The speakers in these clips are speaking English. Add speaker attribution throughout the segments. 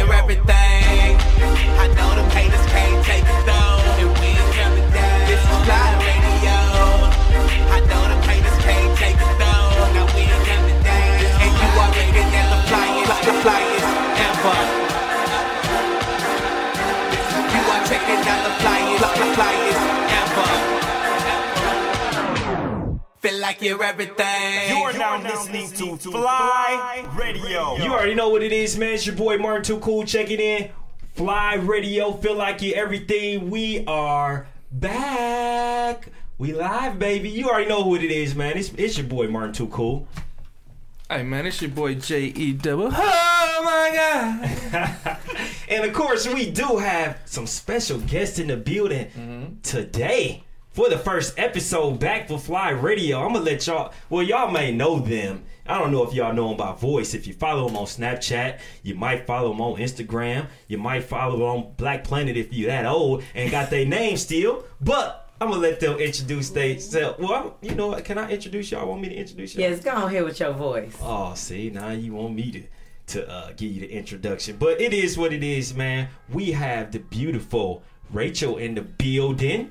Speaker 1: everything. I know the haters can't take it though. And we ain't coming down. This is live radio. I know the haters can't take it though. Now we ain't coming down. And you already know the flyest, the flyest ever. You are checking out the flyest, the flyest ever. Feel like you're everything.
Speaker 2: You are now listening to Fly Radio.
Speaker 3: You already know what it is, man. It's your boy Martin Too Cool checking in. Fly Radio, feel like you everything. We are back. We live, baby. You already know what it is, man. It's, it's your boy Martin Too Cool.
Speaker 4: Hey man, it's your boy J E double. Oh my god!
Speaker 3: And of course, we do have some special guests in the building today for the first episode back for Fly Radio. I'm gonna let y'all. Well, y'all may know them. I don't know if y'all know them by voice. If you follow them on Snapchat, you might follow them on Instagram. You might follow them on Black Planet if you that old and got their name still. But I'm gonna let them introduce themselves. Well, you know, what? can I introduce y'all? Want me to introduce y'all?
Speaker 5: Yes, go on here with your voice.
Speaker 3: Oh, see, now you want me to to uh, give you the introduction, but it is what it is, man. We have the beautiful Rachel in the building,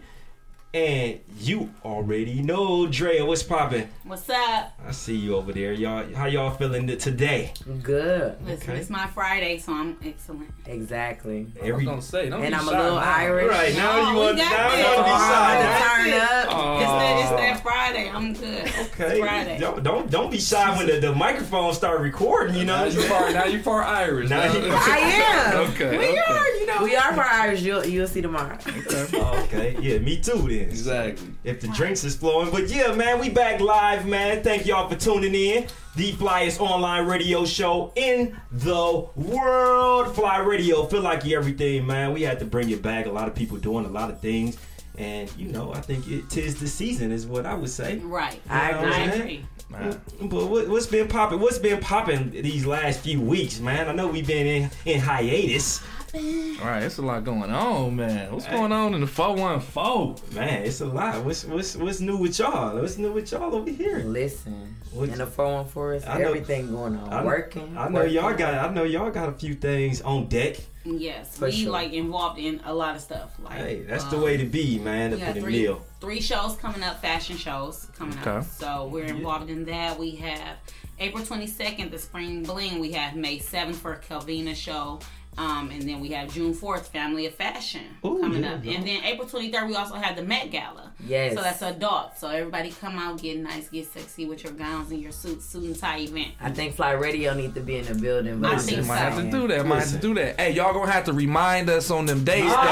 Speaker 3: and you already know Drea. What's popping?
Speaker 6: What's up?
Speaker 3: I see you over there, y'all. How y'all feeling th- today?
Speaker 5: Good.
Speaker 6: Listen,
Speaker 3: Okay.
Speaker 6: it's my Friday, so I'm excellent.
Speaker 5: Exactly.
Speaker 3: Every
Speaker 4: I'm gonna say, don't
Speaker 5: And
Speaker 4: be
Speaker 5: I'm a
Speaker 4: shy
Speaker 5: little
Speaker 4: now.
Speaker 5: Irish.
Speaker 3: right now, you
Speaker 6: Oh, we
Speaker 3: want
Speaker 6: got
Speaker 3: now you
Speaker 6: that.
Speaker 3: want to be
Speaker 6: Oh,
Speaker 3: shy. Ah.
Speaker 6: that's
Speaker 5: Turn up.
Speaker 6: It's that, it's that Friday. I'm good.
Speaker 3: Okay,
Speaker 6: It's Friday.
Speaker 3: don't don't don't be shy when the, the microphone start recording. You
Speaker 4: Now
Speaker 3: know,
Speaker 4: you far, now you far Irish.
Speaker 3: Now you-
Speaker 5: I am.
Speaker 4: okay.
Speaker 6: We
Speaker 4: okay.
Speaker 6: are, you know.
Speaker 5: We are for Irish. You'll, you'll see tomorrow.
Speaker 3: okay, yeah, me too. Then
Speaker 4: Exactly.
Speaker 3: if the drinks is flowing. But yeah, man, we back live, man. Thank y'all for tuning in. The flyest online radio show in the world. Fly Radio, feel like you everything, man. We had to bring it back. A lot of people doing a lot of things, and you know, I think it tis the season, is what I would say.
Speaker 6: Right.
Speaker 5: I
Speaker 3: You know what
Speaker 6: I
Speaker 3: I'm saying?
Speaker 6: agree.
Speaker 4: Nah.
Speaker 3: But what, what's been popping? What's been popping these last few weeks, man? I know we've been in, in hiatus.
Speaker 4: All right, it's a lot going on, man. What's going on in the 414?
Speaker 3: Man, it's a lot. What's what's what's new with y'all? What's new with y'all over here?
Speaker 5: Listen,
Speaker 3: What-
Speaker 5: in the 414, it's
Speaker 3: I know-
Speaker 5: everything going on.
Speaker 3: I-
Speaker 5: working.
Speaker 3: I know
Speaker 5: working.
Speaker 3: y'all got. I know y'all got a few things on deck.
Speaker 6: Yes,
Speaker 5: For
Speaker 6: we
Speaker 5: sure.
Speaker 6: like involved in a lot of stuff. Like,
Speaker 3: Hey, that's the
Speaker 6: um,
Speaker 3: way to be, man.
Speaker 6: we
Speaker 3: Up
Speaker 6: got
Speaker 3: in the
Speaker 6: three,
Speaker 3: mill.
Speaker 6: three shows coming up, fashion shows coming up.
Speaker 4: Okay.
Speaker 6: So we're involved in that. We have April 22nd, the Spring Bling. We have May 7th for Calvina show. Um, and then we have June 4th, Family of Fashion
Speaker 3: Ooh,
Speaker 6: coming
Speaker 3: yeah,
Speaker 6: up.
Speaker 3: yeah.
Speaker 6: And then April 23rd, we also have the Met Gala.
Speaker 5: Yes.
Speaker 6: So that's adult. So everybody come out, get nice, get sexy with your gowns and your suits, suit and tie event.
Speaker 5: I think Fly Radio need to be in the building. But
Speaker 6: I
Speaker 5: I'm
Speaker 6: think
Speaker 5: just
Speaker 4: Might have to
Speaker 5: saying.
Speaker 4: do that. Might have to do that. Hey, y'all gonna have to remind us on them days,
Speaker 3: Oh,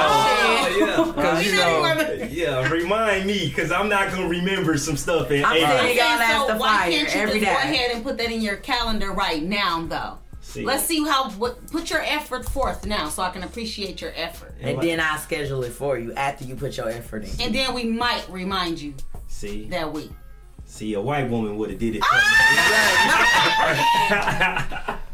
Speaker 4: though. Because, you know,
Speaker 3: yeah, yeah. Remind me, cause I'm not gonna remember some stuff in
Speaker 5: I'm
Speaker 3: April.
Speaker 5: telling you, gotta
Speaker 6: so
Speaker 5: ask the
Speaker 6: why
Speaker 5: flyer
Speaker 6: can't you
Speaker 5: every
Speaker 6: just go
Speaker 5: day.
Speaker 6: ahead and put that in your calendar right now, though?
Speaker 3: See.
Speaker 6: Let's see how. What, put your effort forth now, so I can appreciate your effort.
Speaker 5: And then I schedule it for you after you put your effort in.
Speaker 6: And then we might remind you
Speaker 3: See,
Speaker 6: that week.
Speaker 3: see, a white woman would have did it. for me.
Speaker 6: Ah!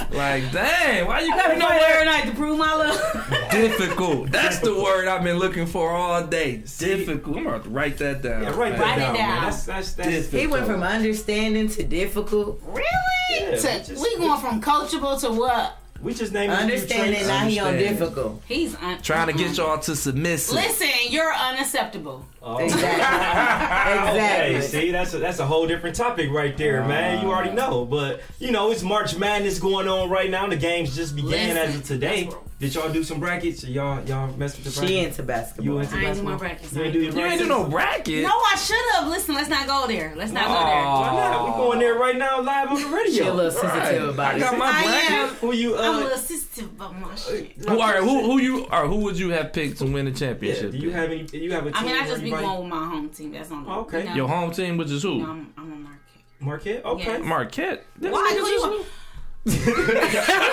Speaker 4: like, dang, why you coming
Speaker 6: No
Speaker 4: nowhere?
Speaker 6: every night to prove my love.
Speaker 4: Difficult. That's the word I've been looking for all day. Difficult. I'm about to write that down.
Speaker 3: Yeah, write that
Speaker 6: Write it
Speaker 3: down, man.
Speaker 6: down.
Speaker 3: That's that's that's.
Speaker 4: Difficult.
Speaker 5: He went from understanding to difficult,
Speaker 6: really?
Speaker 3: Yeah, we
Speaker 6: To-
Speaker 3: just-
Speaker 6: we going from coachable to what?
Speaker 3: We just named a few
Speaker 5: understanding.
Speaker 3: traits.
Speaker 5: Now he on
Speaker 4: Understanding.
Speaker 5: difficult.
Speaker 6: He's un-
Speaker 4: Trying to
Speaker 6: mm-mm.
Speaker 4: get y'all to submissive.
Speaker 6: Listen, you're unacceptable.
Speaker 3: Oh.
Speaker 5: Exactly.
Speaker 3: Okay,
Speaker 5: exactly.
Speaker 3: see, that's a, that's a whole different topic right there, man.
Speaker 6: Uh.
Speaker 3: You already know, but you know it's March Madness going on right now. The games just began
Speaker 6: Listen,
Speaker 3: as of today.
Speaker 6: that's what-
Speaker 3: Did y'all do some brackets? Y'all y'all mess with the brackets?
Speaker 5: She into basketball.
Speaker 3: You into
Speaker 6: I ain't do my
Speaker 3: basketball?
Speaker 6: brackets.
Speaker 3: You ain't
Speaker 6: I ain't
Speaker 3: do
Speaker 6: do
Speaker 3: your
Speaker 4: You ain't
Speaker 3: brackets?
Speaker 4: do no bracket.
Speaker 6: No, I should have. Listen, let's not go there. Let's not go there.
Speaker 4: Aw.
Speaker 3: Why not? We going there right now, live on the
Speaker 5: She a little
Speaker 3: radio.
Speaker 5: sensitive about
Speaker 4: I
Speaker 5: it.
Speaker 4: got my
Speaker 6: I am.
Speaker 4: bracket.
Speaker 3: Who you?
Speaker 6: I'm a
Speaker 3: Uh,
Speaker 6: little sensitive about my shit.
Speaker 4: Who are who? Who you are? Who would you have picked to win the
Speaker 3: yeah,
Speaker 4: championship?
Speaker 3: do you have any? do You have a team?
Speaker 6: I mean, I just be
Speaker 3: everybody-
Speaker 6: going with my home team. That's on.
Speaker 3: Okay.
Speaker 6: You know,
Speaker 4: Your home team, which is
Speaker 6: you know,
Speaker 4: who?
Speaker 6: I'm, I'm a market.
Speaker 3: Marquette. Okay.
Speaker 6: Yeah.
Speaker 4: Marquette.
Speaker 6: Why? Who you want?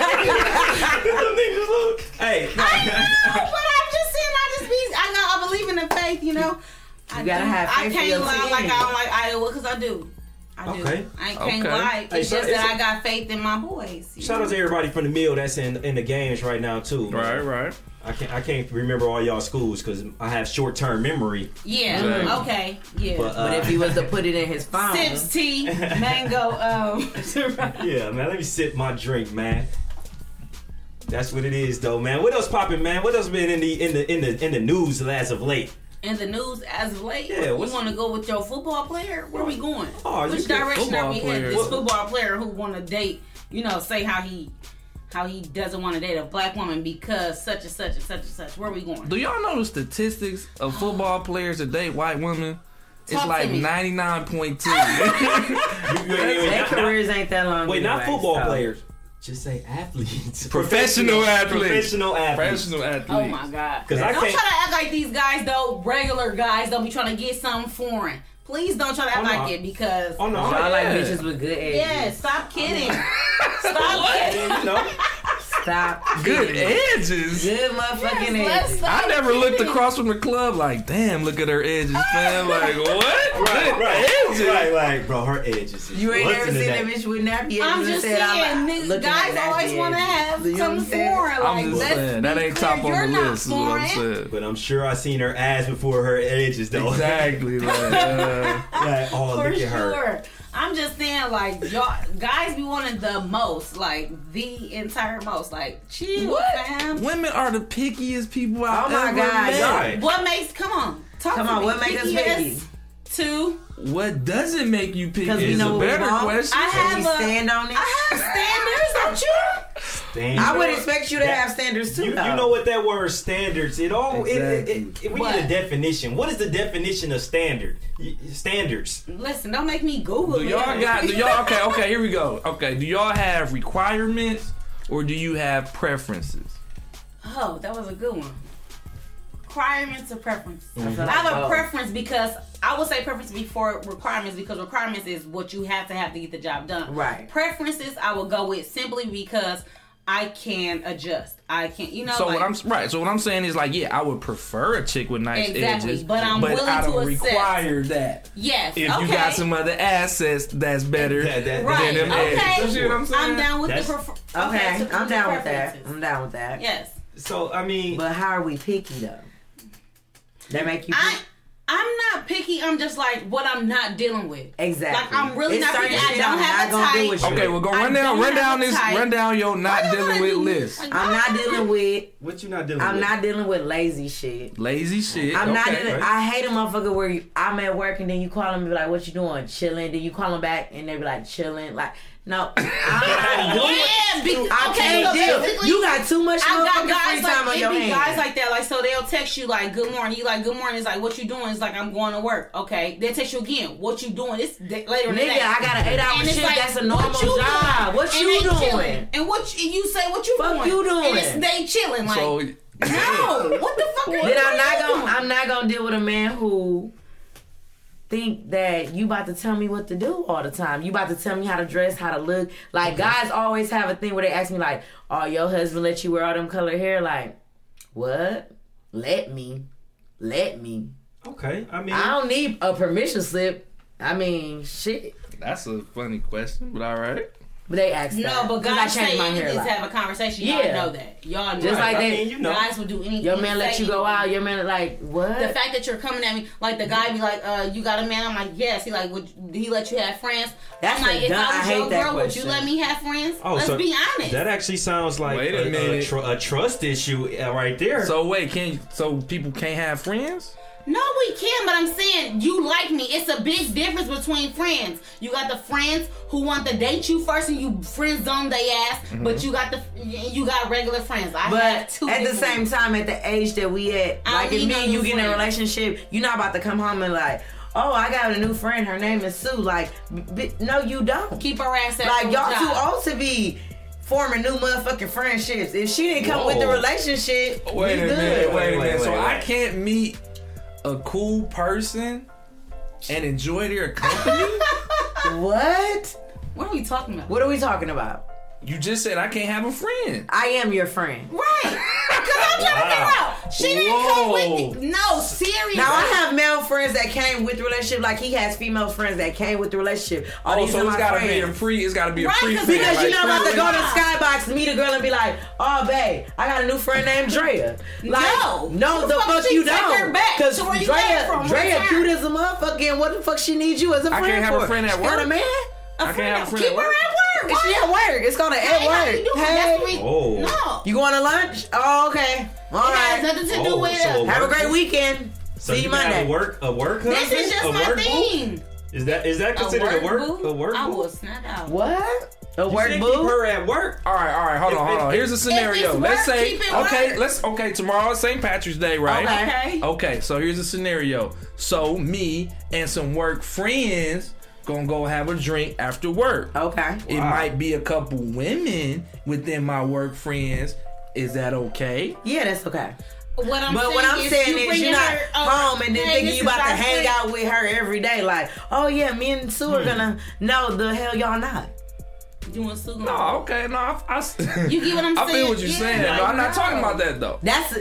Speaker 3: Them niggas look. Hey.
Speaker 6: I know, but I'm just saying. I just be. I know. I believe in the faith. You know. I
Speaker 5: You gotta
Speaker 6: do.
Speaker 5: have
Speaker 6: I
Speaker 5: faith in
Speaker 6: can't
Speaker 5: your
Speaker 6: lie
Speaker 5: team.
Speaker 6: like I don't like Iowa because I do. I do.
Speaker 3: Okay.
Speaker 6: I can't
Speaker 4: Okay.
Speaker 6: lie.
Speaker 3: Hey,
Speaker 6: It's
Speaker 3: so
Speaker 6: just
Speaker 3: it's
Speaker 6: that
Speaker 3: a-
Speaker 6: I got faith in my boys. you
Speaker 3: Shout out to
Speaker 6: know?
Speaker 3: everybody from the mill that's in in the games right now too.
Speaker 4: Right, right.
Speaker 3: I can't I can't remember all y'all schools because I have short term memory.
Speaker 6: Yeah.
Speaker 4: Exactly.
Speaker 6: Okay. Yeah.
Speaker 3: But, uh,
Speaker 5: But if he was to put it in his phone,
Speaker 6: Sips tea, mango. Um.
Speaker 3: Yeah, man. Let me sip my drink, man. That's what it is, though, man. What else popping, man? What else been in the in the in the in the news as of late?
Speaker 6: in the news as of late.
Speaker 3: Yeah,
Speaker 6: you
Speaker 3: what's-
Speaker 6: want to go with your football player? Where we going?
Speaker 3: Oh, you
Speaker 6: Which
Speaker 3: good
Speaker 6: direction are
Speaker 4: football
Speaker 6: we
Speaker 4: player.
Speaker 6: headed? This
Speaker 4: What-
Speaker 6: football player who want to date, you know, say how he how he doesn't want to date a black woman because such and such and such and such. Where we going?
Speaker 4: Do y'all know the statistics of football players that date white women?
Speaker 6: Talk
Speaker 4: it's
Speaker 6: to
Speaker 4: like
Speaker 6: me. Ah!
Speaker 4: ninety nine point two.
Speaker 3: You- you- you- not-
Speaker 7: Their
Speaker 3: not-
Speaker 7: careers ain't that long.
Speaker 3: wait, not
Speaker 7: anyway,
Speaker 3: football
Speaker 7: so.
Speaker 3: players. Just say athletes.
Speaker 4: Professional athletes.
Speaker 3: Professional athletes.
Speaker 4: Professional athletes.
Speaker 6: Oh my god!
Speaker 3: 'Cause I
Speaker 6: don't
Speaker 3: can't-
Speaker 6: try to act like these guys though. Regular guys don't be trying to get something foreign. Please don't try to act
Speaker 3: Oh, no.
Speaker 6: like it because
Speaker 3: Oh no, I'm
Speaker 7: Y'all like
Speaker 4: Yeah.
Speaker 7: bitches with good edges.
Speaker 6: yeah, stop kidding. stop
Speaker 3: like,
Speaker 6: kidding.
Speaker 3: you know.
Speaker 7: Stop.
Speaker 4: Good
Speaker 7: kidding.
Speaker 4: edges.
Speaker 7: Good motherfucking
Speaker 6: Let's
Speaker 7: edges.
Speaker 6: stop
Speaker 4: I never looked
Speaker 6: kidding.
Speaker 4: across from the club like, damn, look at her edges,
Speaker 6: Ah!
Speaker 4: fam. Like, what?
Speaker 3: Right,
Speaker 4: Good
Speaker 3: right,
Speaker 4: edges.
Speaker 3: right, like, bro, her edges. is
Speaker 7: You ain't
Speaker 3: what's
Speaker 7: never
Speaker 3: in
Speaker 7: seen
Speaker 3: that?
Speaker 7: a bitch with nappy edges.
Speaker 6: I'm just
Speaker 7: and
Speaker 6: saying,
Speaker 7: said, I'm
Speaker 6: niggas,
Speaker 7: looking at
Speaker 6: guys
Speaker 7: nappy
Speaker 6: always want to
Speaker 7: edges.
Speaker 6: have
Speaker 7: You know what I'm
Speaker 6: some
Speaker 7: saying?
Speaker 6: foreign.
Speaker 4: I'm
Speaker 6: Like,
Speaker 4: just
Speaker 6: let's
Speaker 4: saying, that
Speaker 6: be
Speaker 4: ain't
Speaker 6: clear,
Speaker 4: top on the
Speaker 6: you're not
Speaker 4: list, is what I'm
Speaker 6: foreign.
Speaker 4: saying.
Speaker 3: But I'm sure I seen her ass before her edges, though.
Speaker 4: Exactly. Like, uh,
Speaker 3: like, oh,
Speaker 6: For
Speaker 3: look at her.
Speaker 6: sure. I'm just saying, like, y'all, guys be wanting the most, like, the entire most. Like, chill, fam. What,
Speaker 4: women are the pickiest people I've
Speaker 7: Oh my
Speaker 4: ever
Speaker 7: God,
Speaker 4: met.
Speaker 3: y'all-
Speaker 6: makes, come on, talk
Speaker 7: Come
Speaker 6: to
Speaker 7: on,
Speaker 6: me.
Speaker 7: what make us
Speaker 6: Yes,
Speaker 7: picky?
Speaker 6: Two,
Speaker 4: What doesn't make you picky
Speaker 7: we
Speaker 4: is
Speaker 7: know
Speaker 4: a
Speaker 7: what we
Speaker 4: better
Speaker 7: want.
Speaker 4: question.
Speaker 6: I have
Speaker 7: We
Speaker 6: a,
Speaker 7: stand on it.
Speaker 6: I have standards, don't you?
Speaker 3: Damn.
Speaker 7: I would expect you to have standards too.
Speaker 3: You, you
Speaker 7: though.
Speaker 3: know what that word standards? It all. it- It, it,
Speaker 4: Exactly.
Speaker 3: we
Speaker 6: What?
Speaker 3: need a definition. What is the definition of standard? Y- Standards.
Speaker 6: Listen, don't make me Google
Speaker 4: Do
Speaker 6: it.
Speaker 4: y'all got? Do y'all okay? Okay, here we go. Okay, do y'all have requirements or do you have preferences?
Speaker 6: Oh, that was a good one. Requirements or preference?
Speaker 7: feel
Speaker 6: I have
Speaker 7: like
Speaker 6: a
Speaker 7: both.
Speaker 6: preference because I would say preference before requirements because requirements is what you have to have to get the job done.
Speaker 7: Right.
Speaker 6: Preferences I will go with simply because I can adjust. I can, you know.
Speaker 4: So
Speaker 6: like,
Speaker 4: what I'm right. So what I'm saying is like, yeah, I would prefer a chick with nice
Speaker 6: Exactly,
Speaker 4: edges,
Speaker 6: but I'm willing
Speaker 4: I
Speaker 6: to
Speaker 4: don't
Speaker 6: accept.
Speaker 4: require that.
Speaker 6: yes.
Speaker 4: If
Speaker 6: okay.
Speaker 4: you got some other assets, that's better.
Speaker 3: That- that-
Speaker 6: right.
Speaker 4: than them
Speaker 6: okay.
Speaker 4: edges. You see what I'm saying?
Speaker 6: down with
Speaker 3: That's-
Speaker 6: the prefer-
Speaker 7: Okay,
Speaker 6: so
Speaker 7: I'm down with that.
Speaker 6: preferences.
Speaker 7: I'm down with that.
Speaker 6: Yes.
Speaker 3: So I mean,
Speaker 7: But how are we picky though? That make you
Speaker 6: I
Speaker 7: picky?
Speaker 6: I'm not picky. I'm just like what I'm not dealing with.
Speaker 7: exactly.
Speaker 6: Like I'm really
Speaker 7: It's
Speaker 6: not
Speaker 7: certain
Speaker 6: picky. I
Speaker 7: shit
Speaker 6: don't
Speaker 7: I'm
Speaker 6: have
Speaker 7: not
Speaker 6: a
Speaker 7: gonna do
Speaker 6: type.
Speaker 7: with you.
Speaker 4: Okay, we're gonna
Speaker 6: I
Speaker 4: run down,
Speaker 6: don't
Speaker 4: run
Speaker 6: have
Speaker 4: down
Speaker 6: a
Speaker 4: this,
Speaker 6: type.
Speaker 4: run down your not
Speaker 6: Why y'all
Speaker 4: dealing
Speaker 6: gotta
Speaker 4: with
Speaker 6: do-
Speaker 4: list.
Speaker 6: like,
Speaker 7: I'm not
Speaker 6: why-
Speaker 7: dealing with.
Speaker 3: what you not dealing
Speaker 7: I'm
Speaker 3: with?
Speaker 7: not dealing with lazy shit.
Speaker 4: Lazy shit.
Speaker 7: I'm not.
Speaker 4: okay.
Speaker 7: Dealing, I hate a motherfucker where you, I'm at work and then you call them and be like, "What you doing? Chilling." Then you call them back and they be like, "Chilling." Like, no, I'm not doing.
Speaker 6: Yeah, because,
Speaker 7: I
Speaker 6: okay,
Speaker 7: can't
Speaker 6: so
Speaker 7: deal.
Speaker 6: basically,
Speaker 7: You got too much
Speaker 6: I got
Speaker 7: motherfucking
Speaker 6: guys
Speaker 7: free time
Speaker 6: like
Speaker 7: on
Speaker 6: it
Speaker 7: your
Speaker 6: be
Speaker 7: hands.
Speaker 6: guys like that. Like so, they'll text you like "Good morning." You like "Good morning." It's like "What you doing?" It's like "I'm going to work." Okay, they text you again. "What you doing?" It's day- later in the day.
Speaker 7: Nigga, I got an eight-hour
Speaker 6: And it's
Speaker 7: shift.
Speaker 6: like,
Speaker 7: That's a normal
Speaker 6: what you
Speaker 7: job.
Speaker 6: doing?
Speaker 7: What
Speaker 6: And
Speaker 7: you
Speaker 6: they
Speaker 7: doing?
Speaker 6: chilling. And what you, you say? What you
Speaker 7: Fuck
Speaker 6: doing?
Speaker 7: you doing?
Speaker 6: And it's, they chilling. Like
Speaker 4: so
Speaker 6: no, what the fuck?
Speaker 7: Then
Speaker 6: are
Speaker 7: I'm
Speaker 6: you
Speaker 7: not
Speaker 6: doing?
Speaker 7: gonna I'm not gonna deal with a man who think that you about to tell me what to do all the time. You about to tell me how to dress, how to look. Like guys always have a thing where they ask me like, "Oh, your husband let you wear all them color hair?" Like, what? Let me, let me.
Speaker 3: Okay, I mean,
Speaker 7: I don't need a permission slip. I mean, shit.
Speaker 4: that's a funny question, but all right.
Speaker 7: But they ask
Speaker 6: No,
Speaker 7: that.
Speaker 6: but
Speaker 7: 'Cause I
Speaker 6: guys
Speaker 7: changed
Speaker 6: say
Speaker 7: my hair.
Speaker 6: anything to
Speaker 7: a lot.
Speaker 6: have a conversation.
Speaker 7: Yeah.
Speaker 6: Y'all know that. Y'all know
Speaker 7: Just
Speaker 6: that.
Speaker 7: like
Speaker 3: I
Speaker 7: that.
Speaker 3: mean, you know,
Speaker 6: Guys will do anything.
Speaker 7: Your man
Speaker 6: to
Speaker 7: let
Speaker 6: say
Speaker 7: you go
Speaker 6: anything.
Speaker 7: out. Your man like what?
Speaker 6: the fact that you're coming at me, like the guy be like, uh, "You got a man?" I'm like, "Yes." He like, "Would you- he let you have friends?"
Speaker 7: That's
Speaker 6: I'm like,
Speaker 7: a
Speaker 6: "If
Speaker 7: dumb-
Speaker 6: I
Speaker 7: I
Speaker 6: was
Speaker 7: hate
Speaker 6: your
Speaker 7: that
Speaker 6: girl, would you
Speaker 7: question.
Speaker 6: let me have friends?"
Speaker 3: oh,
Speaker 6: Let's
Speaker 3: so
Speaker 6: be honest.
Speaker 3: That actually sounds like
Speaker 4: Wait a
Speaker 3: a, a,
Speaker 4: minute.
Speaker 3: tr- a trust issue uh, right there.
Speaker 4: So wait, can you, so people can't have friends?
Speaker 6: no, we can, but I'm saying you like me. It's a big difference between friends. You got the friends who want to date you first, and you friend zone they ass.
Speaker 3: Mm-hmm.
Speaker 6: But you got the you got regular friends. I have
Speaker 7: But
Speaker 6: two
Speaker 7: at the same
Speaker 6: different
Speaker 7: time, at the age that we at,
Speaker 6: I
Speaker 7: like
Speaker 6: don't
Speaker 7: if
Speaker 6: need
Speaker 7: me
Speaker 6: no
Speaker 7: and you
Speaker 6: new
Speaker 7: get in a
Speaker 6: friends.
Speaker 7: relationship, you're not about to come home and like, oh, I got a new friend. Her name is Sue. Like, b- b- no, you don't.
Speaker 6: keep her ass at
Speaker 7: like
Speaker 6: the
Speaker 7: y'all
Speaker 6: job.
Speaker 7: too old to be forming new motherfucking friendships. If she didn't come with the
Speaker 3: Whoa.
Speaker 7: relationship,
Speaker 4: Wait
Speaker 7: we
Speaker 4: a
Speaker 7: good.
Speaker 4: minute, wait
Speaker 3: Wait,
Speaker 4: a minute.
Speaker 3: wait,
Speaker 4: So
Speaker 3: wait,
Speaker 4: I
Speaker 3: wait.
Speaker 4: can't meet a cool person and enjoy their company?
Speaker 7: What?
Speaker 6: What are we talking about?
Speaker 7: What are we talking about?
Speaker 4: you just said I can't have a friend.
Speaker 7: I am your friend.
Speaker 6: Right. Because I'm trying to figure
Speaker 3: Wow.
Speaker 6: out. She didn't come with me. No, seriously.
Speaker 7: Now I have male friends that came with the relationship, like he has female friends that came with the relationship. All
Speaker 4: Oh,
Speaker 7: these
Speaker 4: so
Speaker 7: are
Speaker 4: it's
Speaker 7: my
Speaker 4: gotta
Speaker 7: friends.
Speaker 4: be a pre. It's gotta be a
Speaker 6: Right,
Speaker 4: pre.
Speaker 6: 'cause
Speaker 7: Because
Speaker 6: Like,
Speaker 7: you're not about to go to
Speaker 6: friends.
Speaker 7: Skybox, meet a girl, and be like, "Oh, babe, I got a new friend named Drea." Like,
Speaker 6: No.
Speaker 7: no,
Speaker 6: Who
Speaker 7: the
Speaker 6: the fuck
Speaker 7: fuck
Speaker 6: she
Speaker 7: you
Speaker 6: take her
Speaker 7: don't.
Speaker 6: back?
Speaker 7: Because
Speaker 6: So where you
Speaker 7: Drea,
Speaker 6: came from?
Speaker 7: Drea
Speaker 6: What's her?
Speaker 7: cute as a motherfucker, and what the fuck she need you as a
Speaker 4: I
Speaker 7: friend
Speaker 4: can't have a
Speaker 7: for?
Speaker 4: friend at
Speaker 7: She got
Speaker 4: work.
Speaker 7: a man.
Speaker 4: I can't have a friend
Speaker 6: Keep
Speaker 4: at
Speaker 6: her
Speaker 4: work.
Speaker 6: at work.
Speaker 7: work. She at work. It's called an at
Speaker 6: Ain't nothing to
Speaker 7: work.
Speaker 6: do with it. That's what
Speaker 7: Hey,
Speaker 6: we-
Speaker 3: Oh.
Speaker 6: No.
Speaker 7: you going to lunch? Oh, okay. All
Speaker 6: It
Speaker 7: right.
Speaker 6: has nothing to do
Speaker 3: Oh,
Speaker 6: with
Speaker 3: so
Speaker 6: us.
Speaker 7: Have a great weekend.
Speaker 3: So
Speaker 7: See
Speaker 3: you
Speaker 7: you
Speaker 3: can have
Speaker 7: Monday.
Speaker 3: a work a work
Speaker 6: This
Speaker 3: husband?
Speaker 6: is just
Speaker 3: a
Speaker 6: my
Speaker 3: work boo?
Speaker 6: thing.
Speaker 3: Is that is that considered a work
Speaker 6: boo?
Speaker 3: a work
Speaker 6: I
Speaker 3: boo?
Speaker 6: will snap out.
Speaker 5: What?
Speaker 7: A
Speaker 3: You
Speaker 7: work
Speaker 3: should keep
Speaker 7: boo.
Speaker 3: her at work.
Speaker 4: All right, all right, hold on, hold on. Here's a scenario.
Speaker 6: work,
Speaker 4: let's say,
Speaker 6: keep it
Speaker 4: okay,
Speaker 6: work.
Speaker 4: let's okay. Tomorrow is St. Patrick's Day, right?
Speaker 6: Okay.
Speaker 4: Okay, so here's a scenario. So me and some work friends gonna go have a drink after work.
Speaker 6: Oh,
Speaker 7: Okay.
Speaker 4: It might be a couple women within my work friends. Is that okay?
Speaker 7: Yeah, that's okay.
Speaker 6: What I'm
Speaker 7: But
Speaker 6: saying
Speaker 7: what I'm
Speaker 6: is
Speaker 7: saying
Speaker 6: you
Speaker 7: is
Speaker 6: bringing
Speaker 7: you're not
Speaker 6: her, oh,
Speaker 7: home and then
Speaker 6: hey,
Speaker 7: thinking
Speaker 6: this
Speaker 7: you about
Speaker 6: is
Speaker 7: to
Speaker 6: our
Speaker 7: hang
Speaker 6: friend.
Speaker 7: out with her every day. Like, oh yeah, me and Sue
Speaker 6: Hmm.
Speaker 7: are gonna. No, the hell y'all not.
Speaker 6: You want to
Speaker 4: No, okay, no. I, I,
Speaker 6: You get what I'm
Speaker 4: I feel
Speaker 6: saying?
Speaker 4: what you're
Speaker 6: Yeah.
Speaker 4: saying. No, I'm not talking about that though.
Speaker 7: That's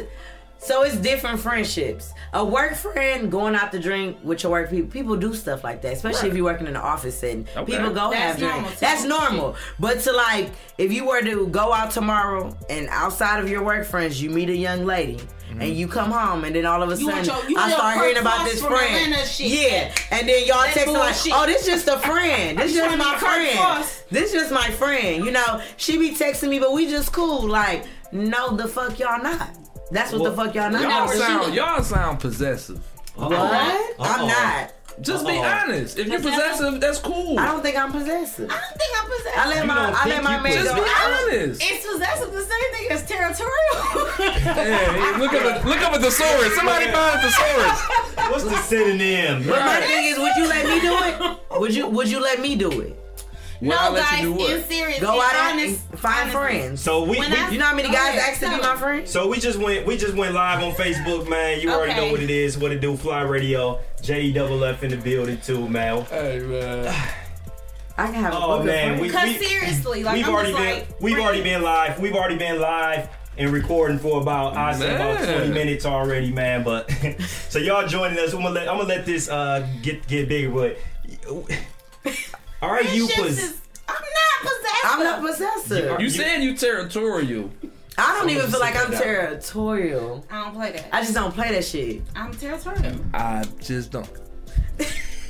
Speaker 7: so it's different friendships. A work friend going out to drink with your work people. People do stuff like that, especially if you're working in an office setting.
Speaker 4: Okay.
Speaker 7: People go
Speaker 6: That's
Speaker 7: have
Speaker 6: normal,
Speaker 7: drinks.
Speaker 6: too.
Speaker 7: That's normal. But to like, if you were to go out tomorrow and outside of your work friends, you meet a young lady. And you come home, and then all of a
Speaker 6: You
Speaker 7: sudden,
Speaker 6: want your- you
Speaker 7: I
Speaker 6: your
Speaker 7: start hearing
Speaker 6: perks
Speaker 7: about
Speaker 6: off
Speaker 7: this
Speaker 6: from
Speaker 7: friend.
Speaker 6: Atlanta shit.
Speaker 7: Yeah, and then y'all
Speaker 6: That
Speaker 7: text like,
Speaker 6: bullshit.
Speaker 7: "Oh, this just a friend. This
Speaker 6: You
Speaker 7: just
Speaker 6: tryna
Speaker 7: my
Speaker 6: be Kurt
Speaker 7: friend.
Speaker 6: Cross.
Speaker 7: This just my friend." You know, she be texting me, but we just cool. Like, no, the fuck y'all not. That's what the
Speaker 3: Well,
Speaker 7: fuck y'all not.
Speaker 4: Y'all
Speaker 6: she-
Speaker 4: sound y'all sound possessive.
Speaker 7: What?
Speaker 3: Uh-oh.
Speaker 7: I'm not.
Speaker 4: Just be
Speaker 3: Uh-oh.
Speaker 4: honest. If you're
Speaker 6: Possessive?
Speaker 4: possessive, that's cool.
Speaker 7: I don't think I'm possessive.
Speaker 6: I don't think I'm possessive.
Speaker 7: I let my
Speaker 3: don't
Speaker 7: I
Speaker 3: think
Speaker 7: let my
Speaker 3: you
Speaker 7: man
Speaker 4: Just
Speaker 7: go.
Speaker 4: be
Speaker 7: I don't-
Speaker 4: honest.
Speaker 6: It's possessive the same thing as territorial.
Speaker 4: Hey, look up a, look up a thesaurus. Somebody find a thesaurus.
Speaker 3: What's the synonym?
Speaker 7: But my thing is, would you let me do it? Would you Would you let me do it?
Speaker 4: Well, I'll
Speaker 6: no,
Speaker 4: let
Speaker 6: guys,
Speaker 4: you do what?
Speaker 6: in serious,
Speaker 7: Go
Speaker 6: in
Speaker 7: out
Speaker 6: honest,
Speaker 7: and find
Speaker 6: honestly. Oh,
Speaker 7: friends.
Speaker 3: So we,
Speaker 6: When
Speaker 3: we
Speaker 6: I-
Speaker 7: You know how many guys
Speaker 6: Okay,
Speaker 7: asked to be
Speaker 6: so-
Speaker 7: my friend?
Speaker 3: So we just went we just went live on Facebook, man. You already
Speaker 6: Okay.
Speaker 3: know what it is, what it do, Fly Radio, J Double F in the building too, man.
Speaker 4: Hey man.
Speaker 7: I can have a
Speaker 3: Oh
Speaker 7: book
Speaker 3: man,
Speaker 7: of
Speaker 3: we,
Speaker 7: friends.
Speaker 6: Cause
Speaker 3: we-
Speaker 6: seriously, like
Speaker 3: we've
Speaker 6: I'm
Speaker 3: already
Speaker 6: just
Speaker 3: been
Speaker 6: like,
Speaker 3: we've already
Speaker 6: friends.
Speaker 3: been live. We've already been live and recording for about I say about
Speaker 4: Man.
Speaker 3: 20 minutes already, man. But so y'all joining us. I'm gonna let I'm gonna let this uh get get bigger, but all right, you
Speaker 6: Friendships
Speaker 3: was
Speaker 6: is- I'm not possessive.
Speaker 7: I'm not possessive.
Speaker 4: You said you territorial.
Speaker 7: I don't even feel like I'm
Speaker 3: That one.
Speaker 7: territorial.
Speaker 6: I don't play that.
Speaker 7: I just don't play that shit.
Speaker 6: I'm territorial.
Speaker 4: I just don't.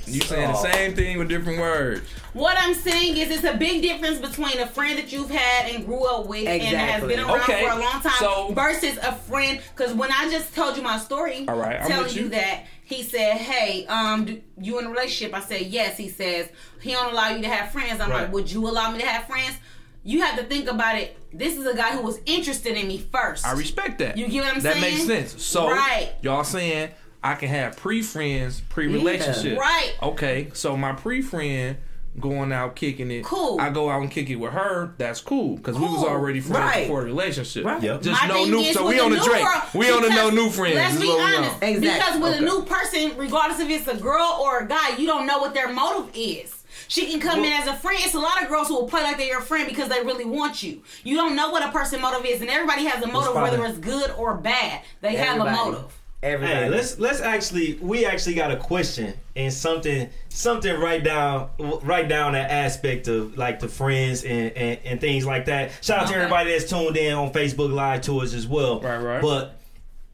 Speaker 4: You saying the same thing with different words.
Speaker 6: What I'm saying is, it's a big difference between a friend that you've had and grew up with and has
Speaker 7: Exactly.
Speaker 6: been around
Speaker 4: Okay,
Speaker 6: for a long time
Speaker 4: so-
Speaker 6: versus a friend. Because when I just told you my story,
Speaker 4: All right, I'm
Speaker 6: telling
Speaker 4: with
Speaker 6: you.
Speaker 4: you.
Speaker 6: that he said, "Hey, um, do you in a relationship?" I said, "Yes." He says he don't allow you to have friends. I'm
Speaker 3: Right.
Speaker 6: like, "Would you allow me to have friends?" You have to think about it. This is a guy who was interested in me first.
Speaker 4: I respect that.
Speaker 6: You get what I'm
Speaker 4: that
Speaker 6: saying?
Speaker 4: That makes sense. So
Speaker 6: Right.
Speaker 4: y'all saying I can have pre-friends, pre-relationship.
Speaker 6: Right.
Speaker 4: Okay. So my pre-friend going out kicking it.
Speaker 6: Cool.
Speaker 4: I go out and kick it with her. That's cool because we was
Speaker 6: Cool.
Speaker 4: already friends
Speaker 7: Right.
Speaker 4: before the relationship.
Speaker 7: Right.
Speaker 3: Yep.
Speaker 4: Just
Speaker 6: My
Speaker 4: no
Speaker 6: thing
Speaker 4: new.
Speaker 6: is
Speaker 4: So
Speaker 6: with
Speaker 4: we on the
Speaker 6: new
Speaker 4: Drake.
Speaker 6: girl-
Speaker 4: We on the no
Speaker 6: because
Speaker 4: new friends.
Speaker 6: Let's
Speaker 4: is
Speaker 6: be
Speaker 4: what we on.
Speaker 6: honest.
Speaker 7: Exactly.
Speaker 6: Because with
Speaker 4: Okay.
Speaker 6: a new person, regardless if it's a girl or a guy, you don't know what their motive is. She can come in as a friend. It's a lot of girls who will play like they're your friend because they really want you. You don't know what a person's motive is, and everybody has a motive,
Speaker 3: probably-
Speaker 6: whether it's good or bad. They
Speaker 7: Everybody.
Speaker 6: have a motive.
Speaker 7: Everybody.
Speaker 3: Hey, let's let's actually we actually got a question and something something right down right down that aspect of like the friends and and, and things like that. Shout out to
Speaker 6: Okay.
Speaker 3: everybody that's tuned in on Facebook Live to us as well.
Speaker 4: Right, right.
Speaker 3: But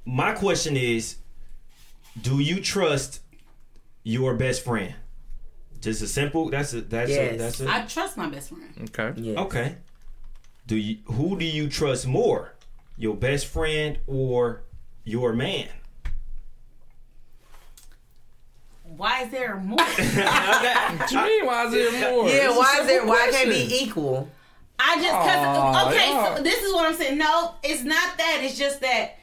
Speaker 3: my question is, do you trust your best friend? Just a simple. That's a that's a
Speaker 7: Yes.
Speaker 3: that's a
Speaker 6: I trust my best friend.
Speaker 4: Okay.
Speaker 3: okay. Do you who do you trust more, your best friend or your man?
Speaker 6: Why is there more?
Speaker 4: What you mean? Why is there more?
Speaker 7: yeah,
Speaker 4: It's a
Speaker 7: why
Speaker 4: simple
Speaker 7: is there? Why can't it
Speaker 4: question.
Speaker 7: be equal?
Speaker 6: I just
Speaker 4: Aw,
Speaker 6: cause okay,
Speaker 4: yeah.
Speaker 6: so this is what I'm saying. No, it's not that. It's just that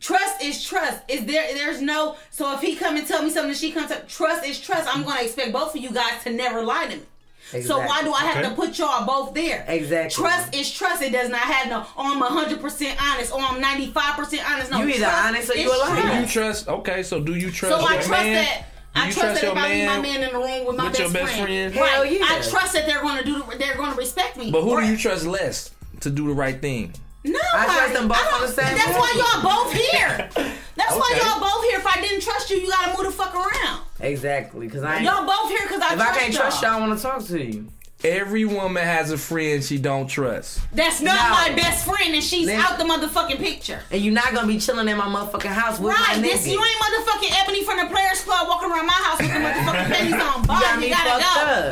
Speaker 6: trust is trust. Is there? There's no. So if he come and tell me something, she comes up. Trust is trust. I'm gonna expect both of you guys to never lie to me. So why do I have
Speaker 3: Okay.
Speaker 6: to put y'all both there?
Speaker 7: Exactly.
Speaker 6: Trust is trust. It does not have no. Oh, I'm 100 percent honest. Oh, I'm 95 percent honest. No,
Speaker 7: You either
Speaker 6: trust
Speaker 7: honest or
Speaker 6: is
Speaker 7: you a liar.
Speaker 6: trust.
Speaker 4: Do you trust? Okay, so do you trust
Speaker 6: So
Speaker 4: your
Speaker 6: I trust
Speaker 4: man?
Speaker 6: that.
Speaker 4: Do
Speaker 6: I
Speaker 4: you
Speaker 6: trust,
Speaker 4: trust
Speaker 6: that
Speaker 4: your
Speaker 6: if I leave my
Speaker 4: man
Speaker 6: man in the room with my
Speaker 4: with your
Speaker 6: best,
Speaker 4: best friend?
Speaker 6: Right.
Speaker 7: Hell yeah.
Speaker 6: I trust that they're going to do. They're going to respect me.
Speaker 4: But who
Speaker 6: Or-
Speaker 4: do you trust less to do the right thing?
Speaker 6: No,
Speaker 7: I trust them both
Speaker 6: I don't-
Speaker 7: on the same
Speaker 6: That's why
Speaker 7: level.
Speaker 6: y'all both here. That's why
Speaker 4: Okay.
Speaker 6: y'all both here. If I didn't trust you, you gotta move the fuck around.
Speaker 7: Exactly, because I ain't,
Speaker 6: Y'all both here because I
Speaker 7: if
Speaker 6: trust
Speaker 7: I can't
Speaker 6: y'all.
Speaker 7: trust you, I want to talk to you.
Speaker 4: Every woman has a friend she don't trust.
Speaker 6: That's not
Speaker 7: No.
Speaker 6: my best friend, and she's
Speaker 7: Listen.
Speaker 6: out the motherfucking picture.
Speaker 7: And you're not gonna be chilling in my motherfucking house with
Speaker 6: Right,
Speaker 7: my nigga.
Speaker 6: this you ain't motherfucking Ebony from the Players Club walking around my house with the motherfucking panties on. Bob,
Speaker 7: got me
Speaker 6: you gotta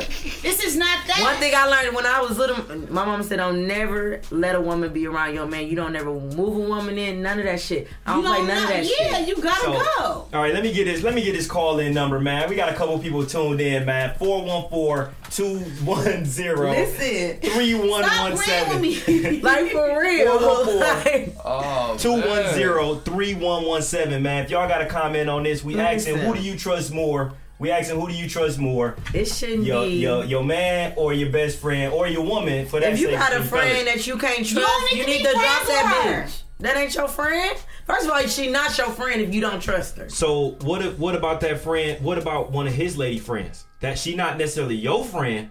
Speaker 7: fucked
Speaker 6: go. This is not that.
Speaker 7: One thing I learned when I was little, my mom said, "Don't never let a woman be around your man. You don't never move a woman in. None of that shit. I
Speaker 6: you
Speaker 7: don't play
Speaker 6: don't
Speaker 7: none
Speaker 6: know.
Speaker 7: of that
Speaker 6: Yeah,
Speaker 7: shit."
Speaker 6: you gotta
Speaker 3: So,
Speaker 6: go.
Speaker 3: All right, let me get this. Let me get this call in number, man. We got a couple people tuned in, man. 414-210-3117.
Speaker 7: Listen,
Speaker 6: Stop playing with me.
Speaker 7: like for real.
Speaker 3: Four, four.
Speaker 7: Like-
Speaker 4: Oh,
Speaker 3: 210-3117, man. If y'all got a comment on this, we asking
Speaker 7: Listen.
Speaker 3: who do you trust more? We asking who do you trust more?
Speaker 7: It shouldn't
Speaker 3: Your
Speaker 7: be.
Speaker 3: your your man or your best friend or your woman for that
Speaker 7: if you
Speaker 3: sake,
Speaker 7: got a
Speaker 3: you
Speaker 7: friend that you can't trust,
Speaker 6: need
Speaker 7: you
Speaker 6: to
Speaker 7: need
Speaker 6: be
Speaker 7: to drop
Speaker 6: friends with
Speaker 7: that
Speaker 6: her.
Speaker 7: bitch. That ain't your friend. First of all, she not your friend if you don't trust her.
Speaker 3: So what if, what about that friend? What about one of his lady friends? That she not necessarily your friend.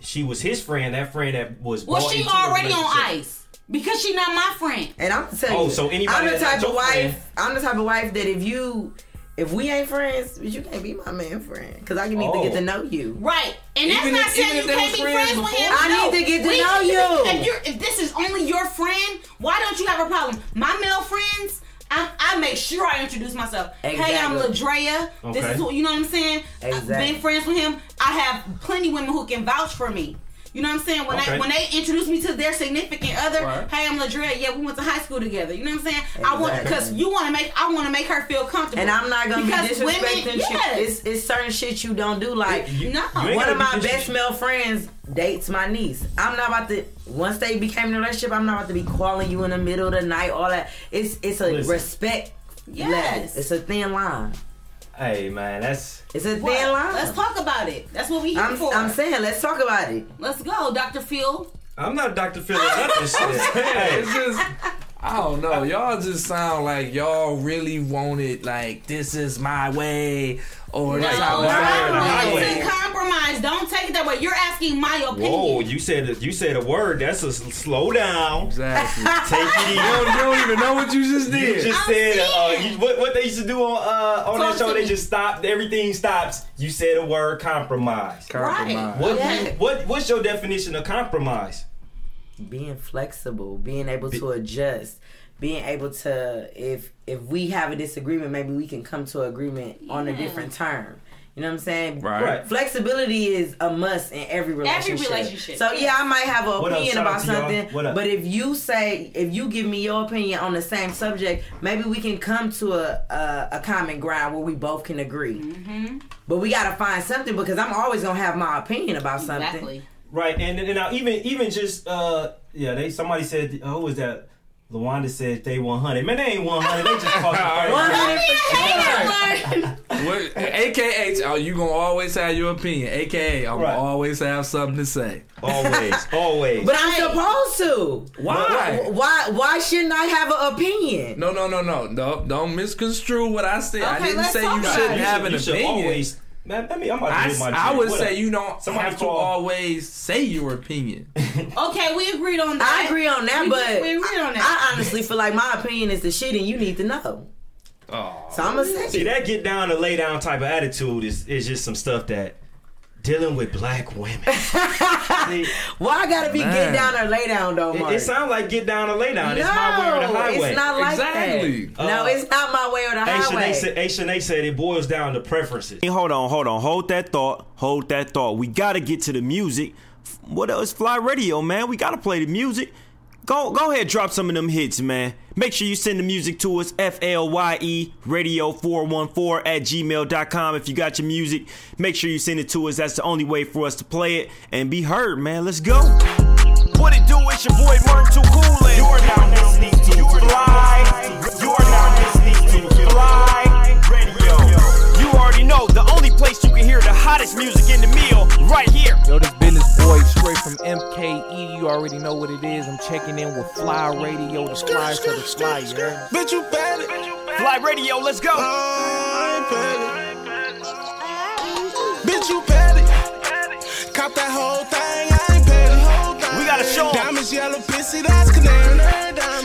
Speaker 3: She was his friend. That friend that was.
Speaker 6: Well,
Speaker 3: brought
Speaker 6: she
Speaker 3: into a
Speaker 6: already on
Speaker 3: relationship.
Speaker 6: ice because she not my friend.
Speaker 7: And I'm telling
Speaker 3: Oh,
Speaker 7: you,
Speaker 3: so anybody
Speaker 7: I'm the
Speaker 3: that's not
Speaker 7: type
Speaker 3: your
Speaker 7: of wife.
Speaker 3: friend-
Speaker 7: I'm the type of wife that if you, if we ain't friends, you can't be my man friend because I need
Speaker 3: Oh.
Speaker 7: to get to know you.
Speaker 6: Right, and that's
Speaker 4: Even
Speaker 6: not
Speaker 4: if-
Speaker 6: saying
Speaker 4: even
Speaker 6: you
Speaker 4: if they
Speaker 6: can't
Speaker 4: was
Speaker 6: be
Speaker 4: friends
Speaker 6: friends with him.
Speaker 4: before?
Speaker 7: I
Speaker 6: No.
Speaker 7: need to get to
Speaker 6: We-
Speaker 7: know you.
Speaker 6: If, you're, if this is only your friend, why don't you have a problem? My male friends, I, I make sure I introduce myself. Hey, I'm
Speaker 7: Exactly.
Speaker 6: Ladrea. This
Speaker 3: Okay.
Speaker 6: is who you know what I'm saying.
Speaker 7: Exactly.
Speaker 6: I've been friends with him. I have plenty women who can vouch for me. You know what I'm saying? When
Speaker 3: Okay.
Speaker 6: they when they introduce me to their significant other,
Speaker 4: Right.
Speaker 6: hey, I'm Ladrea. Yeah, we went to high school together. You know what I'm saying? I want
Speaker 7: Exactly.
Speaker 6: because you want to make I want to make her feel comfortable.
Speaker 7: And I'm not gonna
Speaker 6: Because
Speaker 7: be disrespecting
Speaker 6: women-
Speaker 7: you.
Speaker 6: yes.
Speaker 7: It's, it's certain shit you don't do. Like
Speaker 3: You- you
Speaker 6: No.
Speaker 3: ain't
Speaker 7: one
Speaker 3: gotta
Speaker 7: of my
Speaker 3: be
Speaker 7: best
Speaker 3: disres-
Speaker 7: male friends dates my niece. I'm not about to. Once they became in a relationship, I'm not about to be calling you in the middle of the night. All that. It's it's a
Speaker 3: Listen.
Speaker 7: respect. level.
Speaker 6: yes.
Speaker 7: It's a thin line.
Speaker 3: Hey man, that's
Speaker 7: It's a
Speaker 6: What?
Speaker 7: thin line.
Speaker 6: Let's talk about it. That's what we here
Speaker 7: I'm,
Speaker 6: for.
Speaker 7: I'm saying, let's talk about it.
Speaker 6: Let's go, Dr. Phil.
Speaker 3: I'm not Dr. Phil or nothing. shit. Hey,
Speaker 4: it's just I don't know. Y'all just sound like y'all really wanted like this is my way or
Speaker 6: No,
Speaker 4: this how
Speaker 3: I
Speaker 6: no,
Speaker 3: would.
Speaker 6: it's a compromise. Don't take it that way. You're asking my opinion.
Speaker 3: Whoa, you said a- you said a word. That's a s- slow down.
Speaker 4: Exactly.
Speaker 3: Take it
Speaker 4: you,
Speaker 3: easy.
Speaker 4: don't, you don't even know what you just did.
Speaker 3: You just
Speaker 6: I'm
Speaker 3: said uh,
Speaker 6: saying.
Speaker 3: you, what, what they used to do on uh, on
Speaker 6: Talk
Speaker 3: that show.
Speaker 6: to
Speaker 3: They
Speaker 6: me.
Speaker 3: just stopped. Everything stops. You said a word compromise.
Speaker 6: Right.
Speaker 4: Compromise.
Speaker 3: What
Speaker 7: Yeah.
Speaker 3: what what's your definition of compromise?
Speaker 7: being flexible, being able to adjust, being able to if if we have a disagreement, maybe we can come to agreement on a
Speaker 6: Yeah.
Speaker 7: different term. You know what I'm saying?
Speaker 4: Right.
Speaker 3: Right.
Speaker 7: Flexibility is a must in every relationship.
Speaker 6: relationship,
Speaker 7: So yeah,
Speaker 6: yes.
Speaker 7: I might have an
Speaker 3: What up,
Speaker 7: opinion
Speaker 3: shout out
Speaker 7: about
Speaker 3: to y'all.
Speaker 7: something,
Speaker 3: What up?
Speaker 7: but if you say if you give me your opinion on the same subject, maybe we can come to a a, a common ground where we both can agree.
Speaker 6: Mm-hmm.
Speaker 7: But we gotta find something because I'm always gonna have my opinion about something.
Speaker 6: Exactly.
Speaker 3: Right, and and now even even just uh yeah, they somebody said uh, who was that? Lawanda said they 100. Man, they ain't 100. They just talking.
Speaker 4: One
Speaker 3: crazy.
Speaker 4: hundred.
Speaker 6: Don't be a hater, Lord.
Speaker 4: What, AKA, oh, you gonna always have your opinion. AKA, I'm
Speaker 3: Right.
Speaker 4: gonna always have something to say.
Speaker 3: Always, always.
Speaker 7: But I'm supposed to.
Speaker 4: Why?
Speaker 7: Why? Why shouldn't I have an opinion?
Speaker 4: No, no, no, no, no. Don't misconstrue what I said. I
Speaker 6: Okay,
Speaker 4: didn't
Speaker 6: let's
Speaker 4: say
Speaker 6: talk
Speaker 4: you
Speaker 6: about
Speaker 4: shouldn't
Speaker 6: it.
Speaker 4: have an
Speaker 3: you should
Speaker 4: opinion.
Speaker 3: always. Man, let me. I'm about
Speaker 4: I,
Speaker 3: to get my.
Speaker 4: I
Speaker 3: drink.
Speaker 4: would
Speaker 3: What
Speaker 4: say
Speaker 3: up?
Speaker 4: you don't
Speaker 3: Somebody
Speaker 4: have to
Speaker 3: call.
Speaker 4: always say your opinion.
Speaker 6: Okay, we agreed on that.
Speaker 7: I agree on that,
Speaker 6: We-
Speaker 7: but
Speaker 6: we agreed on that.
Speaker 7: I, I honestly feel like my opinion is the shit, and you need to know.
Speaker 4: Oh,
Speaker 7: So I'm gonna say
Speaker 3: See
Speaker 7: it.
Speaker 3: that get down and lay down type of attitude is is just some stuff that dealing with black women. See,
Speaker 7: Why I gotta be
Speaker 4: Man.
Speaker 7: get down or lay down though,
Speaker 3: it,
Speaker 7: Mark?
Speaker 3: it sounds like get down and lay down.
Speaker 7: no,
Speaker 3: it's my way or the highway.
Speaker 7: it's not like
Speaker 4: Exactly.
Speaker 7: that. no,
Speaker 3: Uh,
Speaker 7: it's not my way or the
Speaker 3: Aisha
Speaker 7: highway.
Speaker 3: Nay said, Aisha Nay said it boils down to preferences.
Speaker 2: Hold on, hold on. Hold that thought. Hold that thought. We gotta get to the music. F- What else? Fly radio, man. We gotta play the music. Go, go ahead, drop some of them hits, man. Make sure you send the music to us, F-L-Y-E, radio414 at gmail.com. If you got your music, make sure you send it to us. That's the only way for us to play it and be heard, man. Let's go. What it do? It's your boy, Martin Too Coolin. You are now listening to Fly. You are now listening to Fly Radio. You already know the only place you can hear the hottest music in the meal right here.
Speaker 8: Yo, this business boy straight from MKE. You already know what it is. I'm checking in with Fly Radio, the fly for the fly. you heard?
Speaker 2: Bitch, you bad
Speaker 9: Fly radio, let's go.
Speaker 2: I ain't bad it. Bitch, you bad it. Cop that whole thing. I ain't bad it.
Speaker 9: We got a show.
Speaker 2: Diamonds yellow, pissy, that's canary.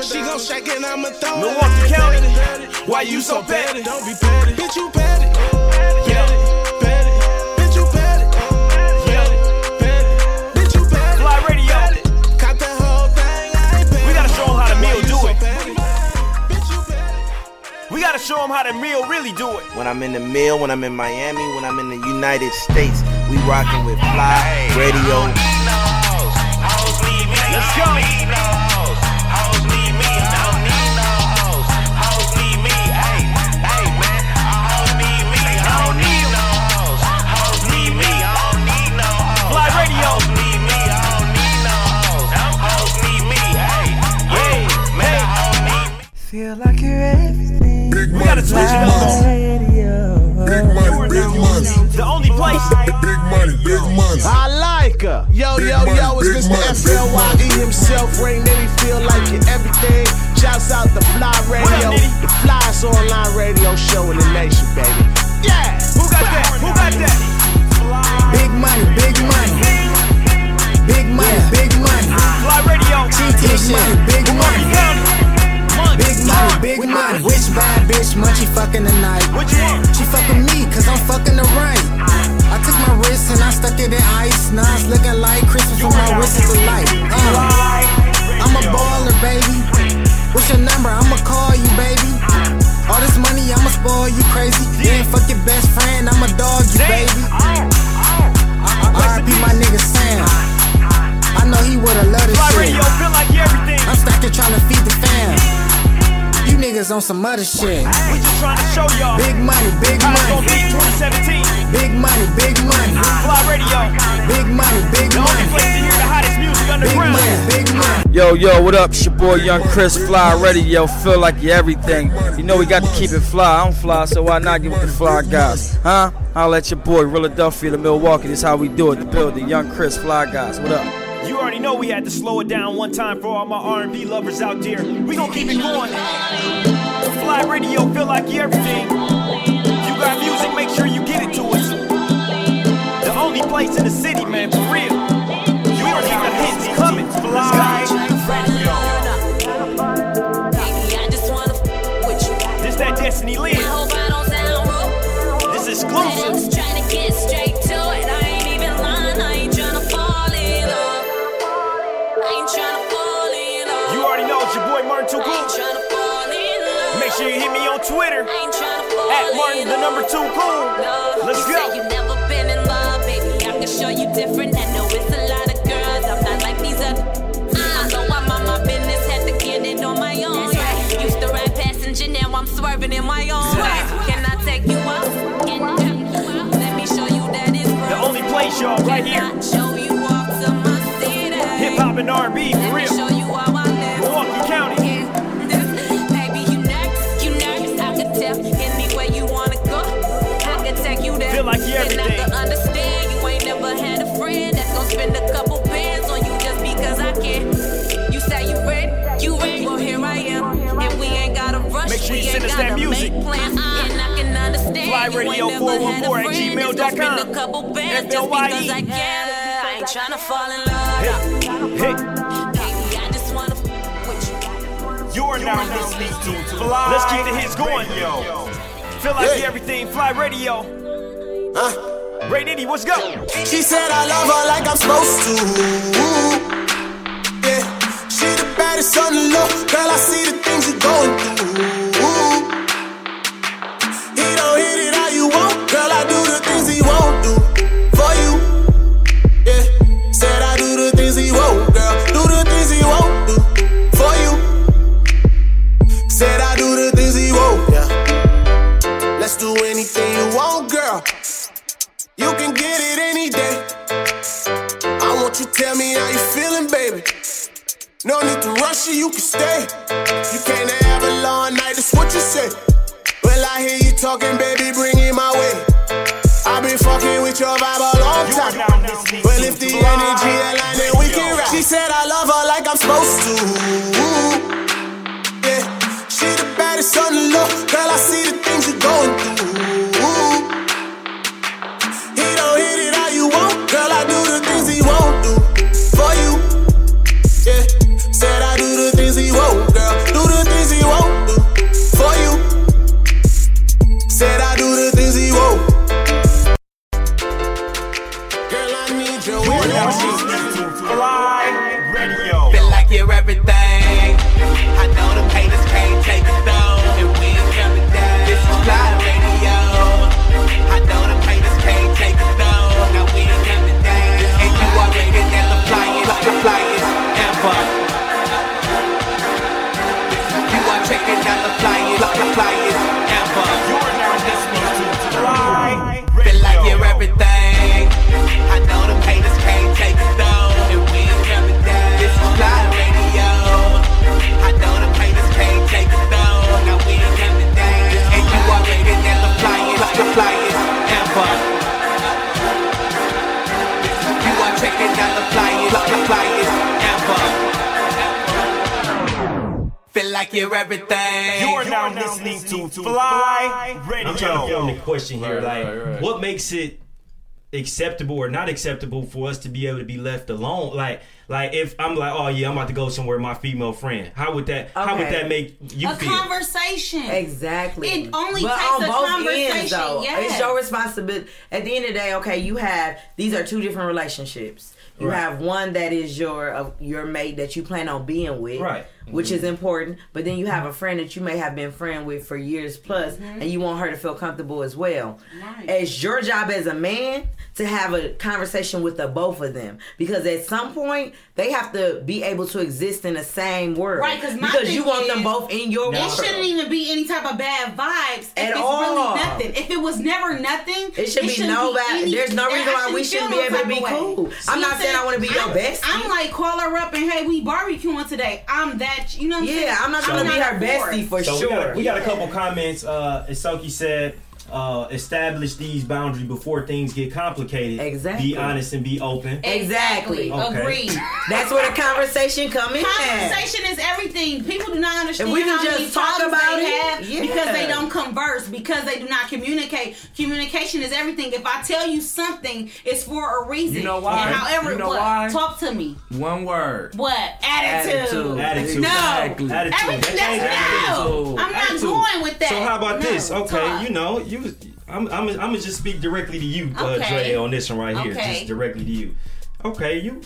Speaker 2: She gon' shake it, I'ma throw it.
Speaker 9: Milwaukee
Speaker 2: I ain't
Speaker 9: County.
Speaker 2: bad it.
Speaker 9: Why you so bad
Speaker 2: bad it?
Speaker 9: it?
Speaker 2: Don't be bad it. Bitch, you bad it.
Speaker 9: Yeah.
Speaker 2: Bad it. Bitch, you bad it.
Speaker 9: Yeah.
Speaker 2: Bad it. Bitch, you
Speaker 9: show them how the meal really do it.
Speaker 1: When I'm in the mill, when I'm in Miami, when I'm in the United States, we rocking with Fly Radio.
Speaker 9: Let's go. Fly radio.
Speaker 10: Feel like you're everything.
Speaker 9: We gotta switch it up.
Speaker 10: Big money, big money.
Speaker 9: The only place.
Speaker 10: Big money, big money.
Speaker 11: I like her. Yo,
Speaker 10: Big
Speaker 11: yo,
Speaker 10: money,
Speaker 11: yo,
Speaker 10: big
Speaker 11: it's Mr.
Speaker 10: money, big
Speaker 11: FLYE himself. Rain Nitty feel like it everything. Shouts out the Fly Radio.
Speaker 9: Nitty?
Speaker 11: the Fly's online radio show in the nation, baby.
Speaker 9: Yeah. Who got that? Who got that?
Speaker 11: Big money, big money. Big money, big money.
Speaker 9: Fly radio.
Speaker 11: Big money, big money. Big money, big
Speaker 9: What-
Speaker 11: money. Which bad bitch munchie fucking tonight?
Speaker 9: What you want?
Speaker 11: She fucking me, cause I'm fucking the right. I took my wrist and I stuck it in ice. Now it's looking like Christmas when my wrist is alight. Uh, I'm a baller, baby. What's your number? I'ma call you, baby. All this money, I'ma spoil you crazy. Yeah, fuck your best friend, I'ma dog you, baby.
Speaker 9: Oh,
Speaker 11: RP my nigga Sam. I know he would've loved this
Speaker 9: Fly
Speaker 11: shit.
Speaker 9: radio. Feel like everything.
Speaker 11: I'm stacking trying to feed the fam. You niggas on some other shit.
Speaker 9: We just trying to show y'all.
Speaker 11: Big money, big
Speaker 9: How it's gonna
Speaker 11: money,
Speaker 9: be 2017.
Speaker 11: big money, big money,
Speaker 9: Fly radio.
Speaker 11: big money, big
Speaker 9: The only
Speaker 11: money,
Speaker 9: place to hear the hottest music
Speaker 11: big
Speaker 9: underground.
Speaker 11: money, big money.
Speaker 8: Yo, yo, what up? It's your boy Young Chris Fly Radio. Feel like you everything. You know we got to keep it fly. I'm fly, so why not give it the fly guys? Huh? I'll let your boy Philadelphia to Milwaukee. This how we do it. The building. Young Chris Fly Guys. What up?
Speaker 9: You already know we had to slow it down one time for all my R&B lovers out there. We gonna keep it going. Fly Radio feel like everything. You got music, make sure you get it to us. The only place in the city, man, for real. You already got the hits coming. Fly This that Destiny Live. This exclusive. You already know it's your boy Martin Too Cool. Make sure you hit me on Twitter at Martin the number two cool. Let's
Speaker 12: you
Speaker 9: go.
Speaker 12: Say you never been in love, baby. I can show you different. I know it's a lot of girls. I'm not like these other. I know I'm on my business, had to get it on my own. Yeah. Used to ride passenger, now I'm swerving in my own. way. Can I take you out? Can I- Let me show you that it's
Speaker 9: The only place, y'all, right here.
Speaker 12: I show you off to my city.
Speaker 9: Hip hop and R&B
Speaker 12: Let
Speaker 9: for
Speaker 12: me
Speaker 9: real.
Speaker 12: show you how I live.
Speaker 9: Milwaukee County.
Speaker 12: Baby, you next, you next. I could tell anywhere you wanna go. I could take you there.
Speaker 9: Feel like you
Speaker 12: And I
Speaker 9: everything.
Speaker 12: could understand you ain't never had a friend that's gonna spend a couple bands on you just because I can. You say you ready, you ready. Well, here I am, and we ain't gotta rush.
Speaker 9: Make sure you
Speaker 12: we
Speaker 9: send
Speaker 12: ain't
Speaker 9: us that
Speaker 12: gotta
Speaker 9: music. Uh-huh.
Speaker 12: make plans, and I can understand.
Speaker 9: Fly
Speaker 12: you ain't
Speaker 9: Radio
Speaker 12: never had a
Speaker 9: 414 at
Speaker 12: friend that's gonna
Speaker 9: gmail.com.
Speaker 12: Spend a couple bands just
Speaker 9: FLYE.
Speaker 12: because I can. I ain't tryna fall in
Speaker 9: Hey,
Speaker 12: love.
Speaker 9: hey,
Speaker 12: Baby, I just wanna f- with you.
Speaker 9: you are now listening to Fly. Let's keep the hits going, yo. Feel like
Speaker 11: Yeah.
Speaker 9: everything. Fly Radio.
Speaker 11: Uh,
Speaker 9: Ray Nitty, what's good?
Speaker 11: she said I love her like I'm supposed to. Yeah, she the baddest on the low. Girl, I see the things you're going through. He don't hit it how you want. Girl, I do the things he won't do for you. Yeah, said I do the things he won't. Girl, do the things he won't do for you. Said I do the things he won't. Yeah, let's do anything you want, girl. You can get it any day. I want you tell me how you feeling, baby. No need to rush you, you can stay. You can't have a long night, that's what you say. Well, I hear you talking, baby, bring it my way. I've been fucking with your vibe a long
Speaker 9: You are
Speaker 11: time.
Speaker 9: now listening
Speaker 11: Well, if the
Speaker 9: to Fly
Speaker 11: energy align, then we can
Speaker 9: Radio.
Speaker 11: rock. She said I love her like I'm supposed to. Yeah, she the baddest on the low. Girl, I see the things you're going through. He don't hit it how you want, girl. I do the things he won't do for you. Yeah, said I do the things he won't, girl. Do the things he won't do for you. Said I do the things he won't. Girl, I need your energy.
Speaker 9: Fly Radio.
Speaker 1: Feel like you're everything. I know the haters can't take us down, and we ain't coming down. like you're everything.
Speaker 9: You are now listening to Fly Radio.
Speaker 3: I'm trying to form the question here.
Speaker 9: Right,
Speaker 3: like,
Speaker 9: right, right.
Speaker 3: what makes it acceptable or not acceptable for us to be able to be left alone? Like, like if I'm like, oh yeah, I'm about to go somewhere with my female friend. How would that? How would
Speaker 5: Okay.
Speaker 3: that make you
Speaker 6: a
Speaker 3: feel?
Speaker 6: conversation.
Speaker 7: Exactly.
Speaker 6: It only
Speaker 7: But
Speaker 6: takes
Speaker 7: on
Speaker 6: a
Speaker 7: both
Speaker 6: conversation.
Speaker 7: ends, though,
Speaker 6: yes.
Speaker 7: it's your responsibility. At the end of the day, okay, you have these are two different relationships. You
Speaker 6: Right.
Speaker 7: have one that is your uh, your mate that you plan on being with,
Speaker 6: Right. Mm-hmm.
Speaker 7: Which is important. But then you have a friend that you may have been friend with for years plus,
Speaker 6: Mhm.
Speaker 7: and you want her to feel comfortable as well.
Speaker 6: Right.
Speaker 7: It's your job as a man to have a conversation with the both of them because at some point they have to be able to exist in the same world,
Speaker 6: Right, 'cause my
Speaker 7: because you
Speaker 6: thing
Speaker 7: want them
Speaker 6: is,
Speaker 7: both in your
Speaker 6: It
Speaker 7: world.
Speaker 6: shouldn't even be any type of bad vibes. If
Speaker 7: At
Speaker 6: it's
Speaker 7: all.
Speaker 6: really nothing. If it was never nothing,
Speaker 7: It should be
Speaker 6: shouldn't
Speaker 7: no bad-
Speaker 6: any-
Speaker 7: there's no
Speaker 6: I
Speaker 7: reason why we shouldn't be
Speaker 6: feel no
Speaker 7: able to
Speaker 6: type
Speaker 7: be
Speaker 6: of
Speaker 7: cool.
Speaker 6: way.
Speaker 7: I'm
Speaker 6: See what
Speaker 7: not saying I wanna be your
Speaker 6: I'm-
Speaker 7: bestie.
Speaker 6: I'm like call her up and hey, we barbecuing today. I'm that. You know what I'm saying?
Speaker 7: Yeah, I'm not gonna be her
Speaker 6: for it.
Speaker 7: bestie for
Speaker 3: So
Speaker 7: sure.
Speaker 3: We got, a, we got a couple comments. Uh, Isoki said, uh, establish these boundaries before things get complicated. Exactly. Be honest and be open.
Speaker 7: Exactly.
Speaker 3: Okay. Agreed.
Speaker 7: That's where the conversation come in. at.
Speaker 6: Conversation is everything. People do not understand
Speaker 7: If we can
Speaker 6: how many
Speaker 7: just talk
Speaker 6: problems
Speaker 7: about
Speaker 6: they
Speaker 7: it,
Speaker 6: have
Speaker 7: yeah.
Speaker 6: because they don't converse, because they do not communicate. Communication is everything. If I tell you something, it's for a reason.
Speaker 4: You know why?
Speaker 6: And however,
Speaker 4: You know
Speaker 6: what?
Speaker 4: why?
Speaker 6: Talk to me.
Speaker 4: One word.
Speaker 6: What? Attitude.
Speaker 4: Attitude.
Speaker 6: No.
Speaker 4: Exactly.
Speaker 3: Attitude.
Speaker 6: Everything
Speaker 3: That
Speaker 6: that's
Speaker 3: changed
Speaker 6: no.
Speaker 3: attitude.
Speaker 6: I'm not
Speaker 3: Attitude.
Speaker 6: going with that.
Speaker 3: So how about
Speaker 6: No,
Speaker 3: this? Okay,
Speaker 6: talk.
Speaker 3: you know, you. I'm, I'm, I'm gonna just speak directly to you, uh,
Speaker 6: Okay.
Speaker 3: Dre, on this one right here.
Speaker 6: Okay.
Speaker 3: Just directly to you. Okay, you.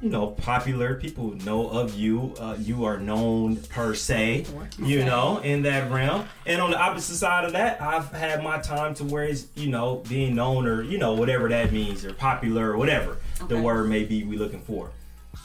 Speaker 3: You know, popular people know of you. Uh, you are known per se. You know, in that realm. And on the opposite side of that, I've had my time to where it's you know being known or you know whatever that means or popular or whatever the word may be we looking for.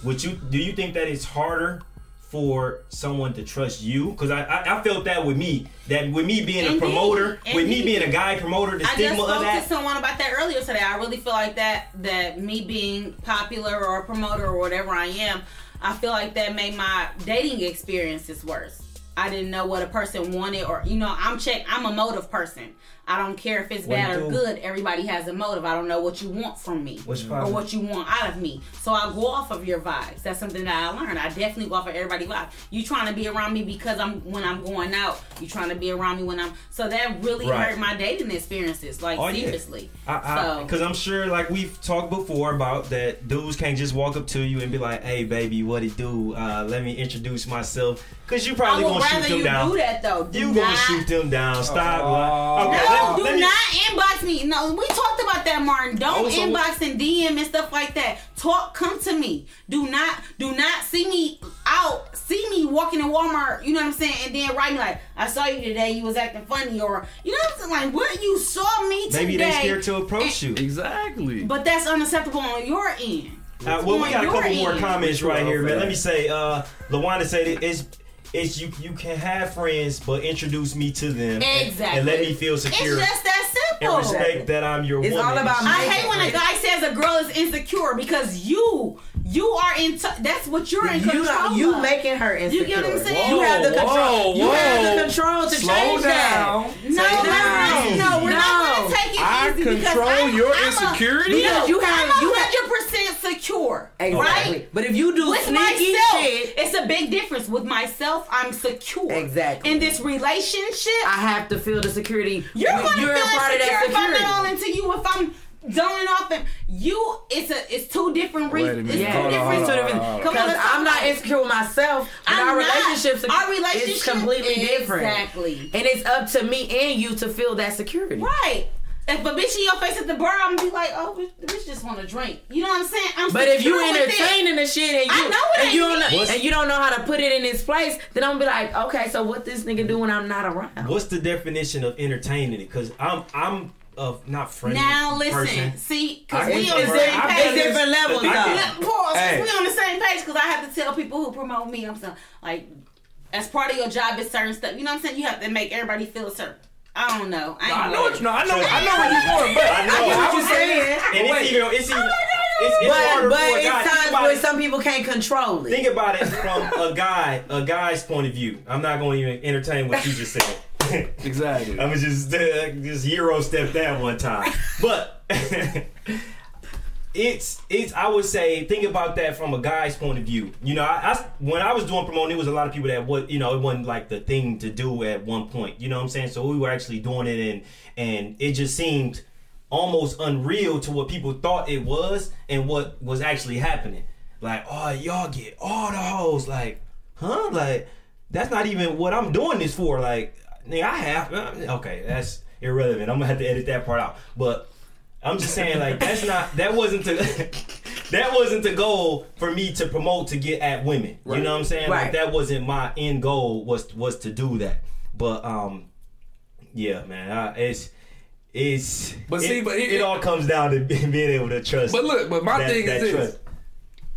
Speaker 3: Would you do you think that it's harder for someone to trust you? Because I, I I felt that with me that with me being a
Speaker 6: Indeed.
Speaker 3: promoter, with me
Speaker 6: Indeed.
Speaker 3: being a guy promoter, the
Speaker 6: I just
Speaker 3: stigma
Speaker 6: spoke
Speaker 3: of that.
Speaker 6: to someone about that earlier today. I really feel like that that me being popular or a promoter or whatever I am, I feel like that made my dating experiences worse. I didn't know what a person wanted or you know, I'm check I'm a motive person. I don't care if it's
Speaker 3: What
Speaker 6: bad
Speaker 3: you
Speaker 6: or
Speaker 3: do?
Speaker 6: good. Everybody has a motive. I don't know what you want from me
Speaker 3: What's your
Speaker 6: or
Speaker 3: problem?
Speaker 6: what you want out of me. So I go off of your vibes. That's something that I learned. I definitely go off of everybody's vibes. You trying to be around me because I'm when I'm going out. You trying to be around me when I'm so that really
Speaker 3: Right.
Speaker 6: hurt my dating experiences. Like
Speaker 3: Oh, yeah.
Speaker 6: seriously.
Speaker 3: I, I,
Speaker 6: so
Speaker 3: Cause I'm sure, like we've talked before about that, dudes can't just walk up to you and be like, "Hey, baby, what it do? Uh, let me introduce myself." Cause you probably
Speaker 6: I would
Speaker 3: gonna shoot
Speaker 6: rather
Speaker 3: them
Speaker 6: you
Speaker 3: down.
Speaker 6: do that though. Do
Speaker 3: you
Speaker 6: not,
Speaker 3: gonna shoot them down. Stop. lying. Okay, let me-
Speaker 6: No, do
Speaker 3: let me-
Speaker 6: not inbox me. No, we talked about that, Martin. Don't
Speaker 3: Also-
Speaker 6: inbox and DM and stuff like that. Talk, come to me. Do not, do not see me out, see me walking in Walmart. You know what I'm saying? And then write me like, I saw you today. You was acting funny, or you know what I'm saying? Like, what you saw me today?
Speaker 3: Maybe they scared to approach you.
Speaker 4: Exactly.
Speaker 6: But that's unacceptable on your end.
Speaker 3: Uh, well, we
Speaker 6: On
Speaker 3: got a
Speaker 6: your
Speaker 3: couple more
Speaker 6: end.
Speaker 3: comments right here, man. Let me say, uh, Lawanda said it- it's it's you you can have friends, but introduce me to them and-
Speaker 6: Exactly.
Speaker 3: and, let me feel secure
Speaker 6: It's just that
Speaker 3: and
Speaker 6: simple.
Speaker 3: respect that I'm your
Speaker 6: It's
Speaker 3: woman.
Speaker 6: all about.
Speaker 3: my
Speaker 6: I hate when a guy says a girl is insecure because you, you are in. T- that's what you're in
Speaker 7: You
Speaker 6: control.
Speaker 7: are- you
Speaker 6: of.
Speaker 7: making her
Speaker 6: You get what I'm
Speaker 7: insecure.
Speaker 6: saying?
Speaker 7: You have the control- Whoa, you have the whoa. control to Slow change that. down.
Speaker 6: No,
Speaker 7: Slow
Speaker 6: no,
Speaker 7: down.
Speaker 6: no, we're not
Speaker 7: No.
Speaker 6: gonna take it
Speaker 7: I
Speaker 6: easy because
Speaker 7: control
Speaker 6: I'm-
Speaker 7: your
Speaker 6: I'm a-
Speaker 7: insecurity?
Speaker 6: No,
Speaker 7: Because you have-
Speaker 6: I'm
Speaker 7: you have-
Speaker 6: hundred percent secure.
Speaker 7: Exactly.
Speaker 6: Right?
Speaker 7: But if you do
Speaker 6: with
Speaker 7: sneaky
Speaker 6: myself,
Speaker 7: shit-
Speaker 6: it's a big difference. With myself, I'm secure.
Speaker 7: Exactly.
Speaker 6: In this relationship,
Speaker 7: I have to feel the security.
Speaker 6: you're
Speaker 7: When
Speaker 6: gonna
Speaker 7: you're
Speaker 6: feel
Speaker 7: a part of that
Speaker 6: insecure if I'm
Speaker 7: security.
Speaker 6: not all into you. If I'm zoning off, and you, it's a, it's two different
Speaker 7: Wait a
Speaker 6: reasons.
Speaker 7: minute.
Speaker 6: It's
Speaker 7: Hold
Speaker 6: two
Speaker 7: on,
Speaker 6: different.
Speaker 7: hold on, hold on.
Speaker 6: Come on,
Speaker 7: Because
Speaker 6: let's
Speaker 7: I'm not insecure with myself. but
Speaker 6: I'm
Speaker 7: our
Speaker 6: not.
Speaker 7: relationships
Speaker 6: Our
Speaker 7: is
Speaker 6: relationship-
Speaker 7: completely different.
Speaker 6: Exactly.
Speaker 7: And it's up to me and you to feel that security.
Speaker 6: Right. If a bitch in your face at the bar, I'm gonna be like, oh, bitch, the bitch just want to drink. You know what I'm saying? I'm
Speaker 7: But if you
Speaker 6: secure with it.
Speaker 7: entertaining the shit and you
Speaker 6: I know it
Speaker 7: and you don't
Speaker 6: ain't
Speaker 7: know,
Speaker 6: me.
Speaker 7: and you don't know how to put it in its place, then I'm gonna be like, okay, so what this nigga do when I'm not around?
Speaker 3: What's the definition of entertaining? Because I'm I'm of not friendly.
Speaker 6: Now listen,
Speaker 3: person.
Speaker 6: see,
Speaker 3: I
Speaker 6: because
Speaker 3: can
Speaker 6: we on the
Speaker 3: convert-
Speaker 6: same
Speaker 3: I
Speaker 6: page.
Speaker 3: can- It's different levels,
Speaker 6: Look,
Speaker 3: though.
Speaker 6: Pause.
Speaker 3: Hey.
Speaker 6: We on the same page because I have to tell people who promote me. I'm saying, like, as part of your job is certain stuff. You know what I'm saying? You have to make everybody feel a certain. I don't know. I, ain't
Speaker 4: I know
Speaker 6: worried.
Speaker 4: what you know. I know. I know where you're going, but
Speaker 3: I know.
Speaker 4: get
Speaker 3: I
Speaker 4: what you're
Speaker 3: was
Speaker 4: saying.
Speaker 3: And it's even it's
Speaker 6: Oh
Speaker 3: even it's, it's harder
Speaker 7: but
Speaker 3: for
Speaker 7: but
Speaker 3: a
Speaker 7: it's
Speaker 3: guy. Think
Speaker 7: times
Speaker 3: about
Speaker 7: where
Speaker 3: it.
Speaker 7: some people can't control it.
Speaker 3: Think about it from a guy, a guy's point of view. I'm not going to even entertain what you just said.
Speaker 4: exactly.
Speaker 3: I was just uh, just hero step that one time, but it's it's I would say think about that from a guy's point of view. You know, I, I- when I was doing promoting, it was a lot of people that what you know it wasn't like the thing to do at one point. You know what I'm saying? So we were actually doing it, and and it just seemed almost unreal to what people thought it was and what was actually happening. Like, oh y'all get all the hoes, like, huh? Like that's not even what I'm doing this for. Like, nigga, I have uh, okay, that's irrelevant. I'm gonna have to edit that part out, but. I'm just saying, like that's not that wasn't to that wasn't the goal for me to promote to get at women. You know what I'm saying? Like
Speaker 13: Right.
Speaker 3: that wasn't my end goal was was to do that. But um, yeah, man, I, it's it's
Speaker 4: But
Speaker 3: it-
Speaker 4: see, but
Speaker 3: it,
Speaker 4: it-
Speaker 3: all comes down to being able to trust.
Speaker 4: But look, but my
Speaker 3: that-
Speaker 4: thing
Speaker 3: that
Speaker 4: is
Speaker 3: trust.
Speaker 4: this,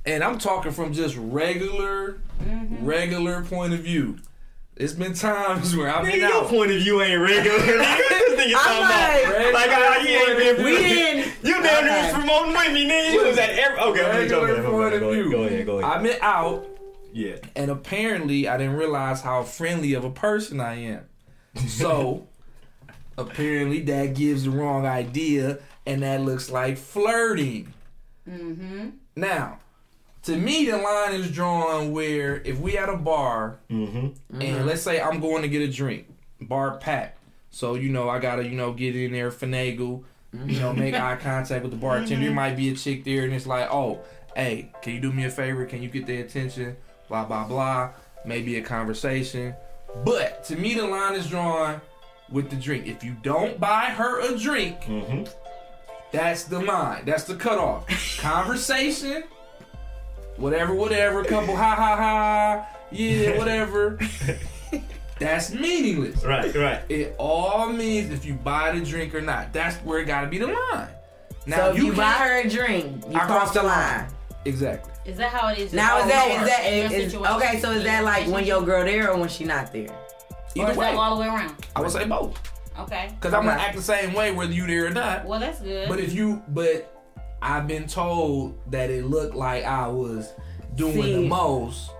Speaker 4: and I'm talking from just regular, regular point of view. It's been times where I've
Speaker 3: Nigga,
Speaker 4: been
Speaker 3: your
Speaker 4: out.
Speaker 3: point of view ain't regular. Nigga, this nigga talking about-
Speaker 4: Regular
Speaker 3: like, I- you ain't
Speaker 4: point of
Speaker 3: been-
Speaker 4: view.
Speaker 3: we didn't- You damn near was
Speaker 4: Okay.
Speaker 3: promoting with me, nigga. You was at every- okay, I'm
Speaker 4: Regular
Speaker 3: joking. I'm joking.
Speaker 4: point of
Speaker 3: Go ahead,
Speaker 4: view.
Speaker 3: go ahead, go ahead.
Speaker 4: I've been out,
Speaker 3: yeah,
Speaker 4: and apparently I didn't realize how friendly of a person I am. So apparently that gives the wrong idea, and that looks like flirting.
Speaker 6: Mm-hmm.
Speaker 4: Now, to me, the line is drawn where if we at a bar and let's say I'm going to get a drink, bar packed, so you know I gotta you know get in there, finagle, you know make eye contact with the bartender. There
Speaker 13: Mhm.
Speaker 4: might be a chick there, and it's like, oh, hey, can you do me a favor? Can you get their attention? Blah blah blah. Maybe a conversation, but to me, the line is drawn with the drink. If you don't buy her a drink,
Speaker 3: Mm-hmm.
Speaker 4: that's the line. That's the cutoff. Conversation, whatever, whatever. Couple, ha ha ha. Yeah, whatever. That's meaningless.
Speaker 3: Right, right.
Speaker 4: It all means if you buy the drink or not. That's where it gotta be the line.
Speaker 7: So if you buy
Speaker 4: can't-
Speaker 7: her a drink, you
Speaker 4: I
Speaker 7: cross the line.
Speaker 4: Exactly.
Speaker 6: Is that how it is?
Speaker 7: Now is
Speaker 6: Or
Speaker 7: that
Speaker 6: in
Speaker 7: is that
Speaker 6: Oh, your
Speaker 7: is,
Speaker 6: situation?
Speaker 7: okay? So is that like when your girl there or when she not there?
Speaker 6: Or is that all the way around?
Speaker 4: I would say both.
Speaker 6: Okay.
Speaker 4: Cause I'm gonna act the same way whether you there or not.
Speaker 6: Well, that's good.
Speaker 4: But if you, but I've been told that it looked like I was doing the
Speaker 7: See.
Speaker 4: most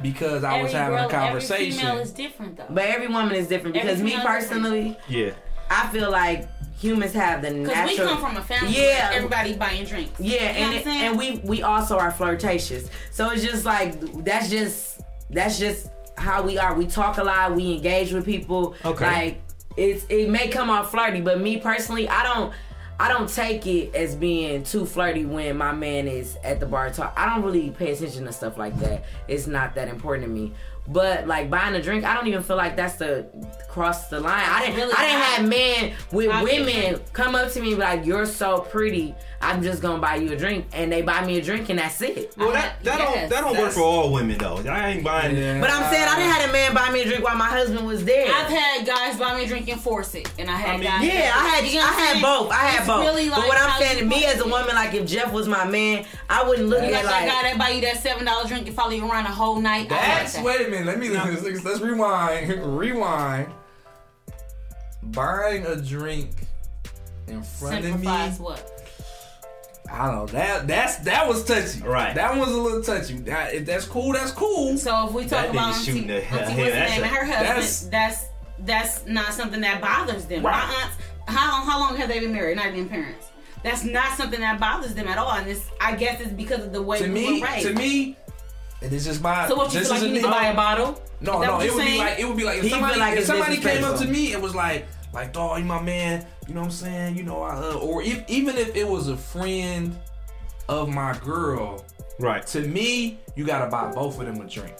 Speaker 4: because I was having a conversation.
Speaker 6: different though.
Speaker 7: But every woman is different
Speaker 6: Every
Speaker 7: because me
Speaker 6: female is different.
Speaker 7: personally,
Speaker 3: yeah.
Speaker 7: I feel like humans have the
Speaker 6: Because
Speaker 7: natural.
Speaker 6: we come from a family
Speaker 7: Yeah.
Speaker 6: where everybody's buying drinks.
Speaker 7: Yeah,
Speaker 6: You know
Speaker 7: and
Speaker 6: what I'm
Speaker 7: it,
Speaker 6: saying?
Speaker 7: and we we also are flirtatious. So it's just like that's just that's just how we are. We talk a lot. We engage with people.
Speaker 5: Okay.
Speaker 7: Like it's it may come off flirty, but me personally, I don't. I don't take it as being too flirty when my man is at the bar talk. I don't really pay attention to stuff like that. It's not that important to me. But like buying a drink, I don't even feel like that's the cross the line. I didn't
Speaker 5: Really
Speaker 7: I didn't
Speaker 5: not.
Speaker 7: have men with
Speaker 5: I get
Speaker 7: women
Speaker 5: you.
Speaker 7: come up to me and be like, "You're so pretty. I'm just gonna buy you a drink," and they buy me a drink, and that's it.
Speaker 3: Well, that that don't that don't work for all women though. I ain't buying that.
Speaker 7: But I'm saying I didn't have a man buy me a drink while my husband was there.
Speaker 6: I've had guys buy me a drink and force it, and I had
Speaker 7: I mean,
Speaker 6: guys.
Speaker 7: yeah, I had
Speaker 6: You know
Speaker 7: I
Speaker 6: what I'm
Speaker 7: had
Speaker 6: saying?
Speaker 7: both. I had
Speaker 6: It's
Speaker 7: both.
Speaker 6: Really
Speaker 7: but
Speaker 6: like
Speaker 7: what I'm
Speaker 6: how
Speaker 7: saying
Speaker 6: you
Speaker 7: to me
Speaker 6: want
Speaker 7: as a
Speaker 6: it.
Speaker 7: woman, like if Jeff was my man, I wouldn't look
Speaker 6: You
Speaker 7: at
Speaker 6: got
Speaker 7: it
Speaker 6: that guy
Speaker 7: like.
Speaker 6: that buy you that seven dollar drink and follow you around the whole night.
Speaker 4: That's
Speaker 6: I like that.
Speaker 4: wait a minute. Let me let's, let's rewind. Rewind. Buying a drink in front of me.
Speaker 6: Simplifies what?
Speaker 4: I don't know. That that's that was touchy. Right. That was a little touchy. That- if that's cool, that's cool.
Speaker 6: So if we talk
Speaker 4: that
Speaker 6: about
Speaker 4: shooting the
Speaker 6: Auntie, what's her name? and her husband. That's that's not something that bothers them. My aunts, how long, how long have they been married? Not even parents. That's not something that bothers them at all. And it's, I guess it's because of the way
Speaker 4: to
Speaker 6: we
Speaker 4: me,
Speaker 6: were raised.
Speaker 4: to me, and it's just my.
Speaker 6: So what, you
Speaker 4: this
Speaker 6: feel like
Speaker 4: is
Speaker 6: you need to
Speaker 4: me.
Speaker 6: buy a bottle?
Speaker 4: No,
Speaker 6: Is that
Speaker 4: no,
Speaker 6: what
Speaker 4: it
Speaker 6: you're
Speaker 4: would be
Speaker 6: saying?
Speaker 4: like it would be like
Speaker 6: He
Speaker 4: if
Speaker 6: feel
Speaker 4: somebody,
Speaker 6: like
Speaker 4: if
Speaker 6: it's
Speaker 4: somebody came
Speaker 6: disrespectful.
Speaker 4: up to me and was like, like, dog, you my man, you know what I'm saying? You know, I uh, or if, even if it was a friend of my girl,
Speaker 3: right?
Speaker 4: To me, you gotta buy both of them a drink.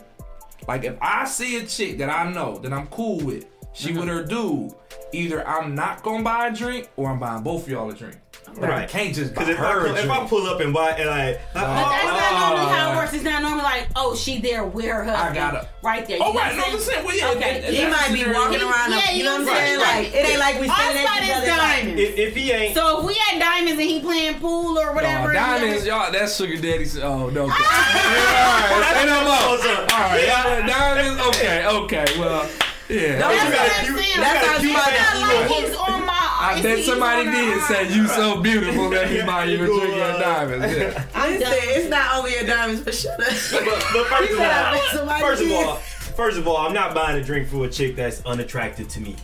Speaker 4: Like if I see a chick that I know that I'm cool with, she
Speaker 6: Mm-hmm.
Speaker 4: with her dude, either I'm not gonna buy a drink or I'm buying both of y'all a drink. Like, I
Speaker 3: Right.
Speaker 4: can't just buy
Speaker 3: Because if, I
Speaker 4: her
Speaker 3: pull-
Speaker 4: a
Speaker 3: if
Speaker 4: drink.
Speaker 3: I pull up and buy and like, oh,
Speaker 4: But
Speaker 6: But that's
Speaker 4: Oh.
Speaker 6: not normally how it works. It's not normally like, oh, she there with her husband.
Speaker 4: gotta-
Speaker 6: right there.
Speaker 4: Oh,
Speaker 6: You know
Speaker 4: right,
Speaker 6: what
Speaker 4: no, I'm saying, well, yeah,
Speaker 6: okay.
Speaker 4: that- that- He that's might be considered- walking around, you know what I'm saying? Like, it ain't like we
Speaker 6: All
Speaker 4: standing next to
Speaker 6: spot
Speaker 4: each
Speaker 6: is
Speaker 4: other, like-
Speaker 6: diamonds.
Speaker 3: If, if he ain't,
Speaker 6: So if we had diamonds and he playing pool or whatever,
Speaker 4: No,
Speaker 6: and he had
Speaker 4: Oh, diamonds, y'all. That's sugar daddy's. Oh no. Okay. All
Speaker 3: right,
Speaker 4: ain't no more.
Speaker 3: All
Speaker 4: right, y'all. Diamonds. Okay, okay. Well, yeah.
Speaker 6: That's what I'm saying. That's how you
Speaker 4: gotta
Speaker 6: got
Speaker 4: keep
Speaker 6: like
Speaker 4: it.
Speaker 6: he's on my.
Speaker 4: I
Speaker 6: is
Speaker 4: bet
Speaker 6: he
Speaker 4: somebody
Speaker 6: on our-
Speaker 4: did say you so beautiful that he buy you a drink of diamonds. Yeah.
Speaker 7: I said it's not over your diamonds, but shut up.
Speaker 3: But, but first
Speaker 7: He
Speaker 3: of
Speaker 7: said I
Speaker 3: all,
Speaker 7: bet somebody
Speaker 3: first of
Speaker 7: did.
Speaker 3: all, first of all, I'm not buying a drink for a chick that's unattractive to me.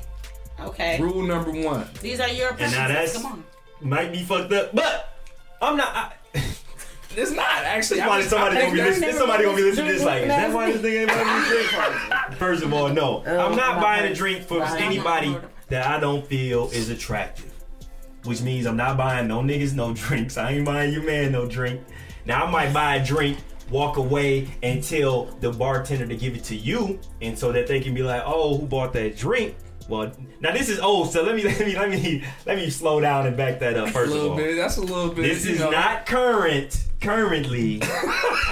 Speaker 6: Okay.
Speaker 4: Rule number one.
Speaker 6: These are your
Speaker 3: And now
Speaker 6: preferences.
Speaker 3: that's-
Speaker 6: Come on.
Speaker 3: Might be fucked up, but I'm not. I,
Speaker 4: It's not actually.
Speaker 3: Why is somebody gonna be listening? There's somebody gonna be listening to this. Like, is that why this nigga ain't buying me a drink? First of all, no.
Speaker 4: Oh,
Speaker 3: I'm not buying a drink for anybody that I don't feel is attractive. Which means I'm not buying no niggas no drinks. I ain't buying you man no drink. Now I might buy a drink, walk away, and tell the bartender to give it to you, and so that they can be like, oh, who bought that drink? Well, now this is old, so let me let me let me let me slow down and back that up
Speaker 4: A
Speaker 3: first of
Speaker 4: little
Speaker 3: all.
Speaker 4: bit. That's a little bit.
Speaker 3: This
Speaker 4: you
Speaker 3: is
Speaker 4: know.
Speaker 3: not current currently.
Speaker 4: That's what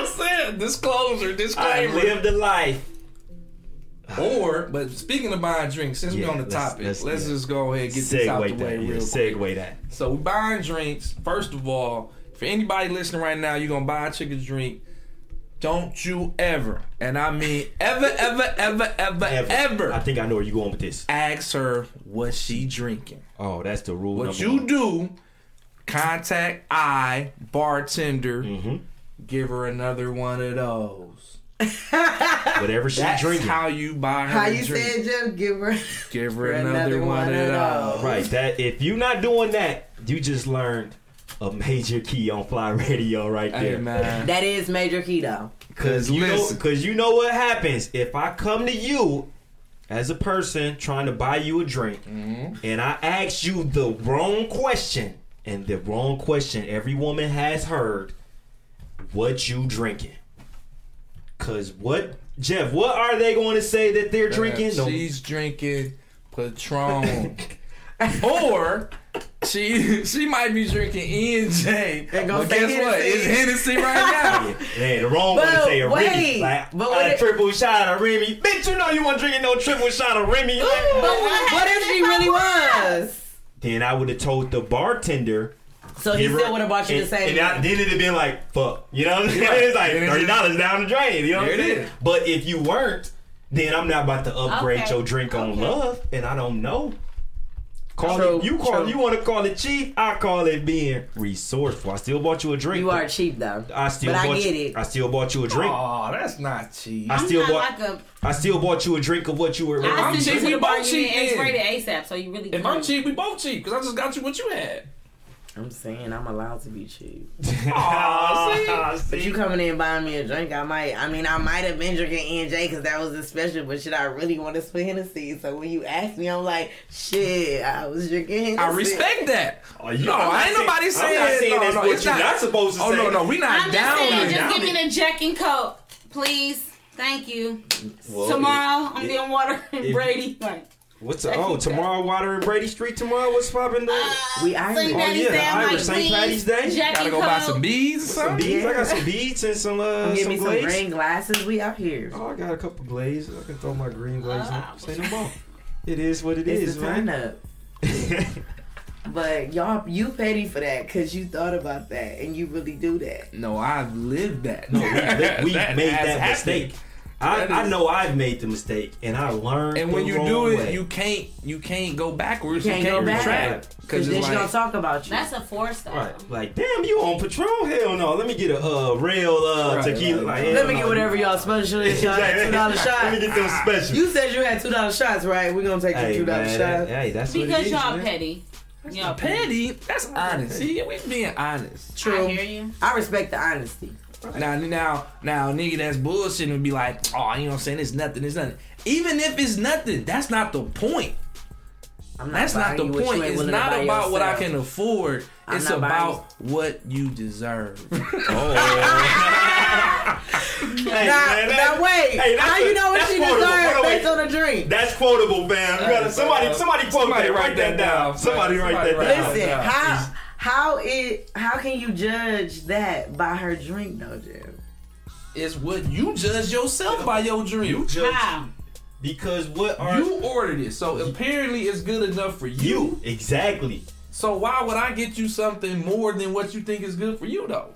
Speaker 4: I'm saying. Disclosure,
Speaker 3: I
Speaker 4: disclaimer.
Speaker 3: lived a life.
Speaker 4: Or, but speaking of buying drinks, since
Speaker 3: Yeah,
Speaker 4: we're on the
Speaker 3: let's-
Speaker 4: topic,
Speaker 3: let's-
Speaker 4: let's,
Speaker 3: yeah.
Speaker 4: just go ahead and get this out the
Speaker 3: Segway
Speaker 4: way
Speaker 3: that. Yeah,
Speaker 4: real quick.
Speaker 3: segue that.
Speaker 4: So we buying drinks. First of all, for anybody listening right now, you're gonna buy a chick a drink. Don't you ever, and I mean ever, ever, ever, ever,
Speaker 3: Ever.
Speaker 4: ever,
Speaker 3: I think I know where you're going with this.
Speaker 4: ask her what she drinking.
Speaker 3: Oh, that's the rule.
Speaker 4: What
Speaker 3: number
Speaker 4: you
Speaker 3: one.
Speaker 4: do, contact I bartender,
Speaker 3: Mhm.
Speaker 4: give her another one of those.
Speaker 3: Whatever she
Speaker 4: That's
Speaker 3: drinking.
Speaker 4: how you buy her
Speaker 7: How
Speaker 4: a
Speaker 7: you
Speaker 4: drink.
Speaker 7: said, Jeff? Give her.
Speaker 4: Give her
Speaker 7: another
Speaker 4: another, one,
Speaker 7: one
Speaker 4: of
Speaker 7: of
Speaker 4: those.
Speaker 3: right. That if you're not doing that, you just learned a major key on Fly Radio right
Speaker 4: Hey
Speaker 3: there.
Speaker 4: man,
Speaker 7: That is major key though.
Speaker 3: Cause you know,
Speaker 4: Listen.
Speaker 3: cause you know what happens if I come to you as a person trying to buy you a drink, and I ask you the wrong question, and the wrong question every woman has heard, what you drinking? Cause what, Jeff? What are they going to say that they're drinking? No.
Speaker 4: She's drinking Patron, or she she might be drinking E and J. But
Speaker 7: gonna
Speaker 4: guess
Speaker 7: say
Speaker 4: what?
Speaker 7: Hennessy.
Speaker 4: It's Hennessy right now.
Speaker 3: Yeah, the wrong one to
Speaker 7: But
Speaker 3: say a Remy.
Speaker 7: wait,
Speaker 3: Like,
Speaker 7: but
Speaker 3: a
Speaker 7: what if-
Speaker 3: triple shot of Remy. Bitch, you know you weren't drinking no triple shot of Remy.
Speaker 7: But what, what if she really was?
Speaker 3: Then I would have told the bartender
Speaker 7: So he
Speaker 3: Give her-
Speaker 7: still would have bought you
Speaker 3: and,
Speaker 7: the same.
Speaker 3: And I, then it'd have been like, fuck. You know what I'm saying?
Speaker 4: Right.
Speaker 3: It's like
Speaker 4: Then it's
Speaker 3: thirty dollars down the drain. You know what I'm
Speaker 4: There it
Speaker 3: saying?
Speaker 4: is.
Speaker 3: But if you weren't, then I'm not about to upgrade
Speaker 6: Okay.
Speaker 3: your drink on
Speaker 6: Okay.
Speaker 3: love, and I don't know. Call
Speaker 7: True,
Speaker 3: it, you call
Speaker 7: true.
Speaker 3: you want to call it cheap. I call it being resourceful. I still bought you a drink.
Speaker 7: you
Speaker 3: but
Speaker 7: are cheap though.
Speaker 3: I still
Speaker 7: but
Speaker 3: bought
Speaker 7: I get
Speaker 3: you,
Speaker 7: it.
Speaker 3: I still bought you a drink.
Speaker 4: Oh, that's not cheap.
Speaker 3: I
Speaker 6: I'm
Speaker 3: still
Speaker 6: not
Speaker 3: bought.
Speaker 6: like a.
Speaker 3: I still bought you a drink of what you were.
Speaker 6: I
Speaker 4: I'm
Speaker 6: sent
Speaker 4: cheap,
Speaker 6: you to
Speaker 4: we
Speaker 6: the
Speaker 4: both
Speaker 6: bar. You
Speaker 4: cheap
Speaker 6: didn't
Speaker 4: then.
Speaker 6: rated ASAP, so you really.
Speaker 4: If I'm cheap, we both cheap because I just got you what you had.
Speaker 7: I'm saying I'm allowed to be cheap.
Speaker 3: Aw, see?
Speaker 7: But you coming in buying me a drink, I might. I mean, I might have been drinking E and J because that was the special. But should I really want to split Hennessy? So when you ask me, I'm like, shit, I was drinking Hennessy.
Speaker 4: I respect that.
Speaker 3: Oh, you-
Speaker 4: no,
Speaker 3: I'm not
Speaker 4: I ain't
Speaker 3: saying-
Speaker 4: nobody
Speaker 3: I'm
Speaker 4: saying.
Speaker 3: not saying
Speaker 4: no,
Speaker 3: that's
Speaker 4: no,
Speaker 3: what
Speaker 4: it's
Speaker 3: you're not supposed to
Speaker 4: Oh
Speaker 3: say.
Speaker 4: no, no, we not
Speaker 6: I'm
Speaker 4: down.
Speaker 6: just saying,
Speaker 4: there.
Speaker 6: just
Speaker 3: down
Speaker 6: give me the Jack and Coke, please. Thank you.
Speaker 3: Well,
Speaker 6: Tomorrow, I'm
Speaker 3: it-
Speaker 6: getting water and
Speaker 3: it-
Speaker 6: Brady. Like,
Speaker 3: What's oh tomorrow? Water and Brady Street tomorrow. What's popping? though?
Speaker 7: We Irish.
Speaker 6: St.
Speaker 7: Oh,
Speaker 6: Patty's
Speaker 3: yeah,
Speaker 6: Day, I'm
Speaker 3: Irish
Speaker 6: like,
Speaker 3: St.
Speaker 6: please,
Speaker 3: Patty's Day.
Speaker 6: Jack
Speaker 4: Gotta
Speaker 6: and
Speaker 4: go buy
Speaker 6: Coke.
Speaker 4: some beads or
Speaker 3: Some
Speaker 4: something.
Speaker 3: beads. I got some beads and some uh,
Speaker 7: Give
Speaker 3: some
Speaker 7: me some
Speaker 3: glaze.
Speaker 7: green glasses. We out here.
Speaker 3: Oh, I got a couple glazes. I can throw my green glaze in. Say no more. It is what it
Speaker 7: Ah. It's
Speaker 3: is,
Speaker 7: the turn
Speaker 3: man.
Speaker 7: up. But y'all, you petty for that because you thought about that and you really do that.
Speaker 4: No, I've lived that.
Speaker 3: no, we, we made
Speaker 4: has
Speaker 3: that
Speaker 4: happened.
Speaker 3: mistake. I,
Speaker 4: That
Speaker 3: I
Speaker 4: is-
Speaker 3: know I've made the mistake, and I learned.
Speaker 4: And when
Speaker 3: the
Speaker 4: you
Speaker 3: wrong
Speaker 4: do it,
Speaker 3: way.
Speaker 4: you can't you can't go backwards. You
Speaker 7: Can't
Speaker 4: can't,
Speaker 7: go back.
Speaker 4: retract
Speaker 7: Because
Speaker 4: because
Speaker 7: then
Speaker 4: it's
Speaker 7: she gonna
Speaker 4: like
Speaker 7: talk about you.
Speaker 6: That's a four star.
Speaker 3: Right, like damn, you on patrol? Hell no! Let me get a uh, real uh,
Speaker 4: Right,
Speaker 3: tequila.
Speaker 4: right,
Speaker 3: Like,
Speaker 4: right.
Speaker 3: hell
Speaker 7: Let me
Speaker 3: no.
Speaker 7: get whatever y'all special is. Y'all
Speaker 3: Exactly.
Speaker 7: had two dollar shot.
Speaker 3: Let me get them special.
Speaker 7: You said you had two dollar shots, right? We're gonna take the
Speaker 3: hey,
Speaker 7: two dollar
Speaker 3: man, that-
Speaker 7: shots.
Speaker 3: hey, that's what it
Speaker 6: Because
Speaker 3: is,
Speaker 6: y'all
Speaker 3: man.
Speaker 6: petty. Y'all petty.
Speaker 4: petty. That's honest. See, we being honest.
Speaker 7: True.
Speaker 6: I hear you.
Speaker 7: I respect the honesty.
Speaker 4: Now, now, now, nigga, that's bullshit would be like, oh, you know what I'm saying? It's nothing. It's nothing. Even if it's nothing, that's not the point.
Speaker 7: I'm
Speaker 4: That's not
Speaker 7: buying
Speaker 4: the
Speaker 7: you what you
Speaker 4: point.
Speaker 7: ain't
Speaker 4: It's
Speaker 7: willing to
Speaker 4: not
Speaker 7: buy
Speaker 4: about what I
Speaker 7: yourself.
Speaker 4: can afford.
Speaker 7: I'm
Speaker 4: it's
Speaker 7: not buying
Speaker 4: about what you deserve.
Speaker 7: Oh.
Speaker 3: Hey,
Speaker 7: Now,
Speaker 3: man, that-
Speaker 7: now wait.
Speaker 3: hey, that's
Speaker 7: How
Speaker 3: a-
Speaker 7: you know what
Speaker 3: that's
Speaker 7: she
Speaker 3: quotable. Hold
Speaker 7: deserved
Speaker 3: on, wait.
Speaker 7: based on a drink?
Speaker 3: That's quotable, man. You gotta, somebody, somebody quote that. Write that down. Somebody write that down.
Speaker 7: Listen,
Speaker 4: Yeah.
Speaker 7: how how it how can you judge that by her drink though, Jim?
Speaker 4: It's what you judge yourself by your dream. You,
Speaker 3: Ah.
Speaker 6: Wow.
Speaker 3: Because what are
Speaker 4: ordered it, so apparently it's good enough for you.
Speaker 3: you exactly?
Speaker 4: So why would I get you something more than what you think is good for you though?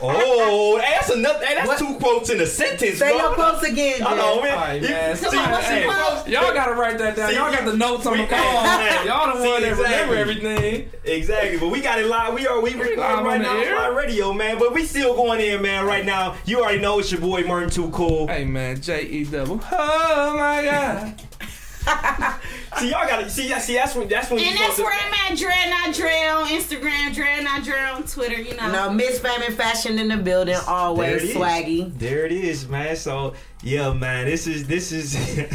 Speaker 3: Oh, hey, that's another. Hey, that's
Speaker 7: What?
Speaker 3: two quotes in a sentence,
Speaker 7: Say
Speaker 3: bro.
Speaker 7: your quotes again,
Speaker 3: I know,
Speaker 7: Jim.
Speaker 3: man.
Speaker 4: Alright,
Speaker 3: You-
Speaker 4: man.
Speaker 3: see,
Speaker 4: Come on, what's
Speaker 3: hey,
Speaker 4: your
Speaker 3: quotes?
Speaker 4: Y'all gotta write that down.
Speaker 3: See,
Speaker 4: Y'all got
Speaker 3: you-
Speaker 4: the notes on
Speaker 3: we-
Speaker 4: the phone.
Speaker 3: hey, hey,
Speaker 4: Y'all the
Speaker 3: see,
Speaker 4: one that remember
Speaker 3: exactly.
Speaker 4: everything.
Speaker 3: Exactly, but we got it live. We are we recording
Speaker 4: live
Speaker 3: right
Speaker 4: on the
Speaker 3: now
Speaker 4: air?
Speaker 3: on Fly Radio, man. But we still going in, man. Right now, you already know it's your boy Martin Too Cool.
Speaker 4: Hey man, J E double. Oh my god.
Speaker 3: See, y'all gotta see. See, that's when that's when.
Speaker 6: And
Speaker 3: you
Speaker 6: that's
Speaker 3: supposed
Speaker 6: where I'm at. Dread not dread on Instagram. Dread not dread on Twitter. You know.
Speaker 7: No, Miss Fame and Fashion in the building,
Speaker 3: There
Speaker 7: always
Speaker 3: it is.
Speaker 7: swaggy.
Speaker 3: There it is, man. So yeah, man. This is this is.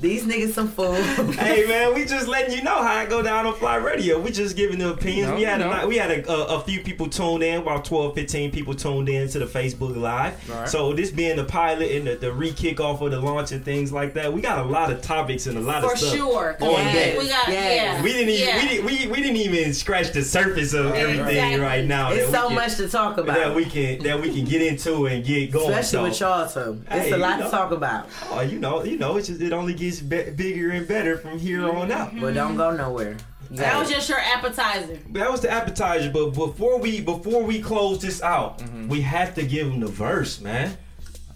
Speaker 7: These niggas some fools.
Speaker 3: hey, man. We just letting you know how I go down on Fly Radio. We just giving the opinions.
Speaker 4: No,
Speaker 3: we had
Speaker 4: no.
Speaker 3: a, we had a, a, a few people tuned in, about 12, 15 people tuned in to the Facebook Live.
Speaker 4: All right.
Speaker 3: So this being the pilot and the, the re kickoff of the launch and things like that, we got a lot of topics and a lot
Speaker 6: For
Speaker 3: of stuff.
Speaker 6: sure. 'Cause
Speaker 3: on
Speaker 6: we-
Speaker 3: deck.
Speaker 6: We got
Speaker 7: Yes.
Speaker 6: yeah.
Speaker 3: We didn't even
Speaker 6: yeah.
Speaker 3: we, didn't, we, we didn't even scratch the surface of everything
Speaker 6: Exactly.
Speaker 3: right now.
Speaker 7: It's
Speaker 3: that
Speaker 7: so
Speaker 3: we can,
Speaker 7: much to talk
Speaker 3: that
Speaker 7: about.
Speaker 3: we can that we can get into and get going.
Speaker 7: Especially
Speaker 3: so,
Speaker 7: with y'all two. It's
Speaker 3: Hey,
Speaker 7: a lot
Speaker 3: you know.
Speaker 7: to talk about.
Speaker 3: Oh, you know, you know, it's just, it only gets be- bigger and better from here on out.
Speaker 7: But don't go nowhere. You
Speaker 6: That
Speaker 7: gotta-
Speaker 6: was just your appetizer.
Speaker 3: That was the appetizer, but before we before we close this out,
Speaker 4: Mm-hmm.
Speaker 3: we have to give them the verse, man.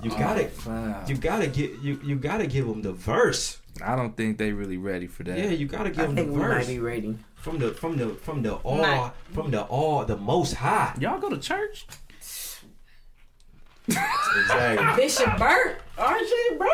Speaker 3: You gotta,
Speaker 4: Oh, wow.
Speaker 3: you gotta get you you gotta give them the verse.
Speaker 4: I don't think they really ready for that.
Speaker 3: Yeah, you gotta
Speaker 7: I
Speaker 3: give them
Speaker 7: think
Speaker 3: the
Speaker 7: we might
Speaker 3: verse
Speaker 7: be ready.
Speaker 3: from the from the from the all
Speaker 6: Might.
Speaker 3: from the all the most high.
Speaker 4: Y'all go to church?
Speaker 3: Exactly.
Speaker 6: Bishop Burt. RJ Burt. What?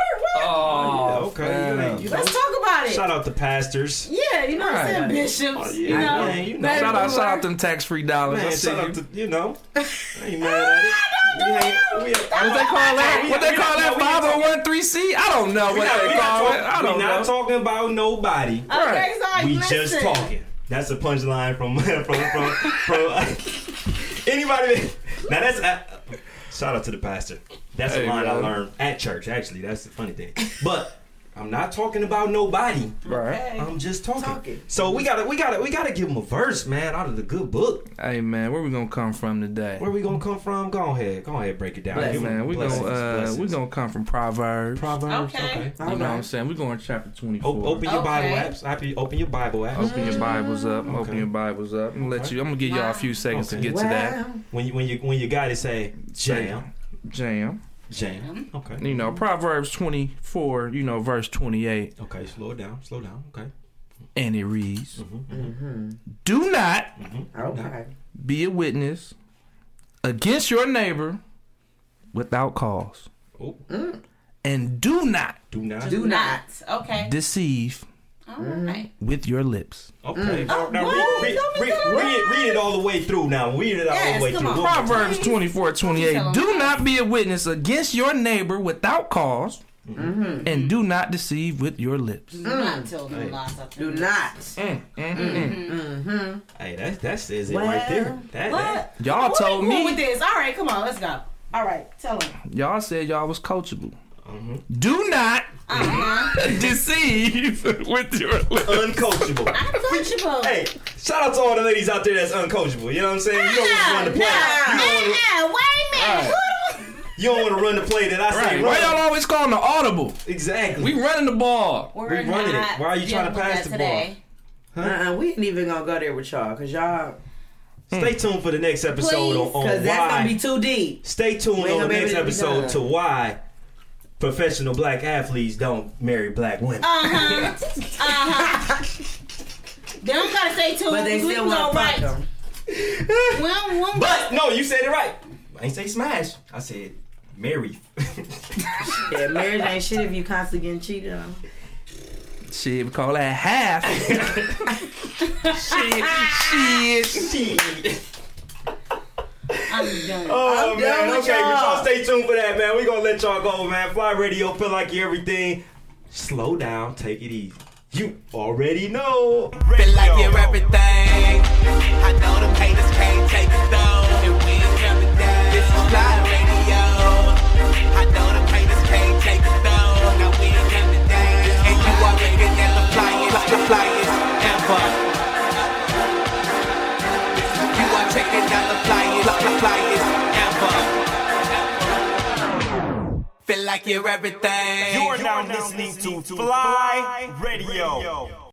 Speaker 4: Oh,
Speaker 3: okay.
Speaker 4: fam.
Speaker 3: You, know,
Speaker 6: Let's talk about it.
Speaker 3: shout out to pastors.
Speaker 6: Yeah, you know what I'm saying?
Speaker 4: Right.
Speaker 6: Bishops. You
Speaker 3: I
Speaker 6: know.
Speaker 3: know, you know.
Speaker 6: baby
Speaker 4: Shout out,
Speaker 6: boy.
Speaker 4: shout out them tax free dollars. I
Speaker 3: Man,
Speaker 4: see
Speaker 3: shout
Speaker 4: you.
Speaker 3: out to you know. I ain't mad at it. We ain't- we ain't-
Speaker 4: What they call that?
Speaker 3: We-
Speaker 4: What they
Speaker 3: we
Speaker 4: call
Speaker 3: not-
Speaker 4: that?
Speaker 3: we not talking-
Speaker 4: 5013C? I don't know
Speaker 3: We
Speaker 4: what
Speaker 3: not,
Speaker 4: they
Speaker 3: we not,
Speaker 4: call it.
Speaker 3: talk,
Speaker 4: I don't
Speaker 3: we not
Speaker 4: know.
Speaker 3: talking about nobody.
Speaker 6: Okay, sorry.
Speaker 3: we
Speaker 6: listen.
Speaker 3: just talking. That's a punchline from from from, from anybody. That, now that's uh, shout out to the pastor. That's
Speaker 4: Hey,
Speaker 3: a line I
Speaker 4: man.
Speaker 3: learned at church. Actually, that's the funny thing. But I'm not talking about nobody.
Speaker 4: Right.
Speaker 3: I'm just talking.
Speaker 7: Talking.
Speaker 3: So we gotta we gotta we gotta give him a verse, man, out of the good book.
Speaker 4: Hey man, where we gonna come from today?
Speaker 3: Where we gonna come from? Go ahead, go ahead, break it down.
Speaker 4: Hey,
Speaker 3: Give him
Speaker 4: man, we
Speaker 3: blessings,
Speaker 4: gonna uh,
Speaker 3: blessings.
Speaker 4: we gonna come from Proverbs.
Speaker 3: Proverbs.
Speaker 6: Okay.
Speaker 3: Okay.
Speaker 4: You know what I'm saying? We're going to chapter 24.
Speaker 3: O- open your
Speaker 6: Okay.
Speaker 3: Bible apps. I be- open your Bible apps.
Speaker 4: Open your Bibles up. Open your Bibles up. I'm gonna let you. I'm gonna give y'all a few seconds
Speaker 3: Okay.
Speaker 4: to get to that
Speaker 3: When you when you when you got it, say jam,
Speaker 4: jam.
Speaker 3: jam. Okay.
Speaker 4: You know Proverbs 24. You know verse 28,
Speaker 3: Okay, slow it down, slow down. Okay.
Speaker 4: and it reads,
Speaker 3: Mm-hmm.
Speaker 4: "Do not
Speaker 7: Okay.
Speaker 4: be a witness against your neighbor without cause,
Speaker 3: Oh,
Speaker 4: and do not
Speaker 3: do not.
Speaker 6: Do not. Okay.
Speaker 4: deceive
Speaker 6: All
Speaker 3: Mm.
Speaker 6: right.
Speaker 4: with your lips."
Speaker 3: Okay. Now, now
Speaker 6: Mm. what?
Speaker 3: read,
Speaker 6: Don't
Speaker 3: read,
Speaker 6: be
Speaker 3: read,
Speaker 6: so
Speaker 3: read it, read it all the way through now. Read it all
Speaker 6: Yes,
Speaker 3: the way
Speaker 6: come
Speaker 3: through.
Speaker 6: on.
Speaker 3: One more time.
Speaker 4: Proverbs 24, 28. Do not be a witness against your neighbor without because
Speaker 6: Mm-hmm.
Speaker 4: and do not deceive with your lips. Mm,
Speaker 6: Do
Speaker 3: Mm.
Speaker 6: not tell them lies. I
Speaker 7: Do
Speaker 6: think.
Speaker 7: not.
Speaker 6: Mm-hmm.
Speaker 3: Hey, that that says it right there. That, that-
Speaker 6: What?
Speaker 4: Y'all
Speaker 6: Where
Speaker 4: told
Speaker 6: we going
Speaker 4: me-
Speaker 6: with this. All right, come on, let's go. All right, tell them.
Speaker 4: Y'all said y'all was coachable. Do not
Speaker 6: Uh-huh.
Speaker 4: deceive with your lips.
Speaker 3: uncoachable.
Speaker 6: Untouchable.
Speaker 3: hey, shout out to all the ladies out there that's uncoachable. You know what I'm saying? You don't want to run the play. You don't wanna-
Speaker 6: wait a minute.
Speaker 3: You don't want to run the play that I say.
Speaker 4: Right. Why y'all
Speaker 3: Run.
Speaker 4: always calling the audible?
Speaker 3: Exactly.
Speaker 4: We running the ball.
Speaker 6: We're
Speaker 3: We running
Speaker 6: not
Speaker 3: it. Why are you trying to
Speaker 6: dealing with
Speaker 3: pass
Speaker 6: that
Speaker 3: the
Speaker 6: today.
Speaker 7: Uh-uh, we ain't even gonna go there with y'all, cause y'all,
Speaker 4: Hmm.
Speaker 3: Stay tuned for the next episode on, on
Speaker 7: cause that's
Speaker 3: why.
Speaker 7: gonna be too deep.
Speaker 3: Stay tuned
Speaker 7: Wait,
Speaker 3: on the
Speaker 7: baby,
Speaker 3: next
Speaker 7: let me
Speaker 3: episode
Speaker 7: go.
Speaker 3: to why professional black athletes don't marry black women.
Speaker 7: Uh,
Speaker 6: Uh-huh. Uh-huh. they don't gotta stay tuned.
Speaker 7: But they
Speaker 6: we
Speaker 7: still
Speaker 6: can
Speaker 7: wanna
Speaker 6: go
Speaker 7: fuck
Speaker 6: right.
Speaker 7: them.
Speaker 6: When, when,
Speaker 3: But no, you said it right. I ain't say smash. I said marry.
Speaker 7: Yeah, marriage ain't shit if you constantly getting cheated on.
Speaker 4: Shit, we call that half. shit, shit.
Speaker 6: I'm done.
Speaker 3: oh
Speaker 7: I'm down
Speaker 3: man,
Speaker 7: with
Speaker 3: okay, but
Speaker 7: y'all.
Speaker 3: y'all stay tuned for that, man. We gonna let y'all go, man. Fly radio, feel like everything. Slow down, take it easy. You already know.
Speaker 1: Feel like
Speaker 3: Radio.
Speaker 1: you're everything. I know them haters can't take us down, and we ain't coming down. This is live radio. I know them haters can't take us down, now we ain't coming down. And you already know the flyest, the flyest ever. You are checking out the flyest, the flyest ever. Feel like you're everything.
Speaker 9: You're now listening to Fly Radio.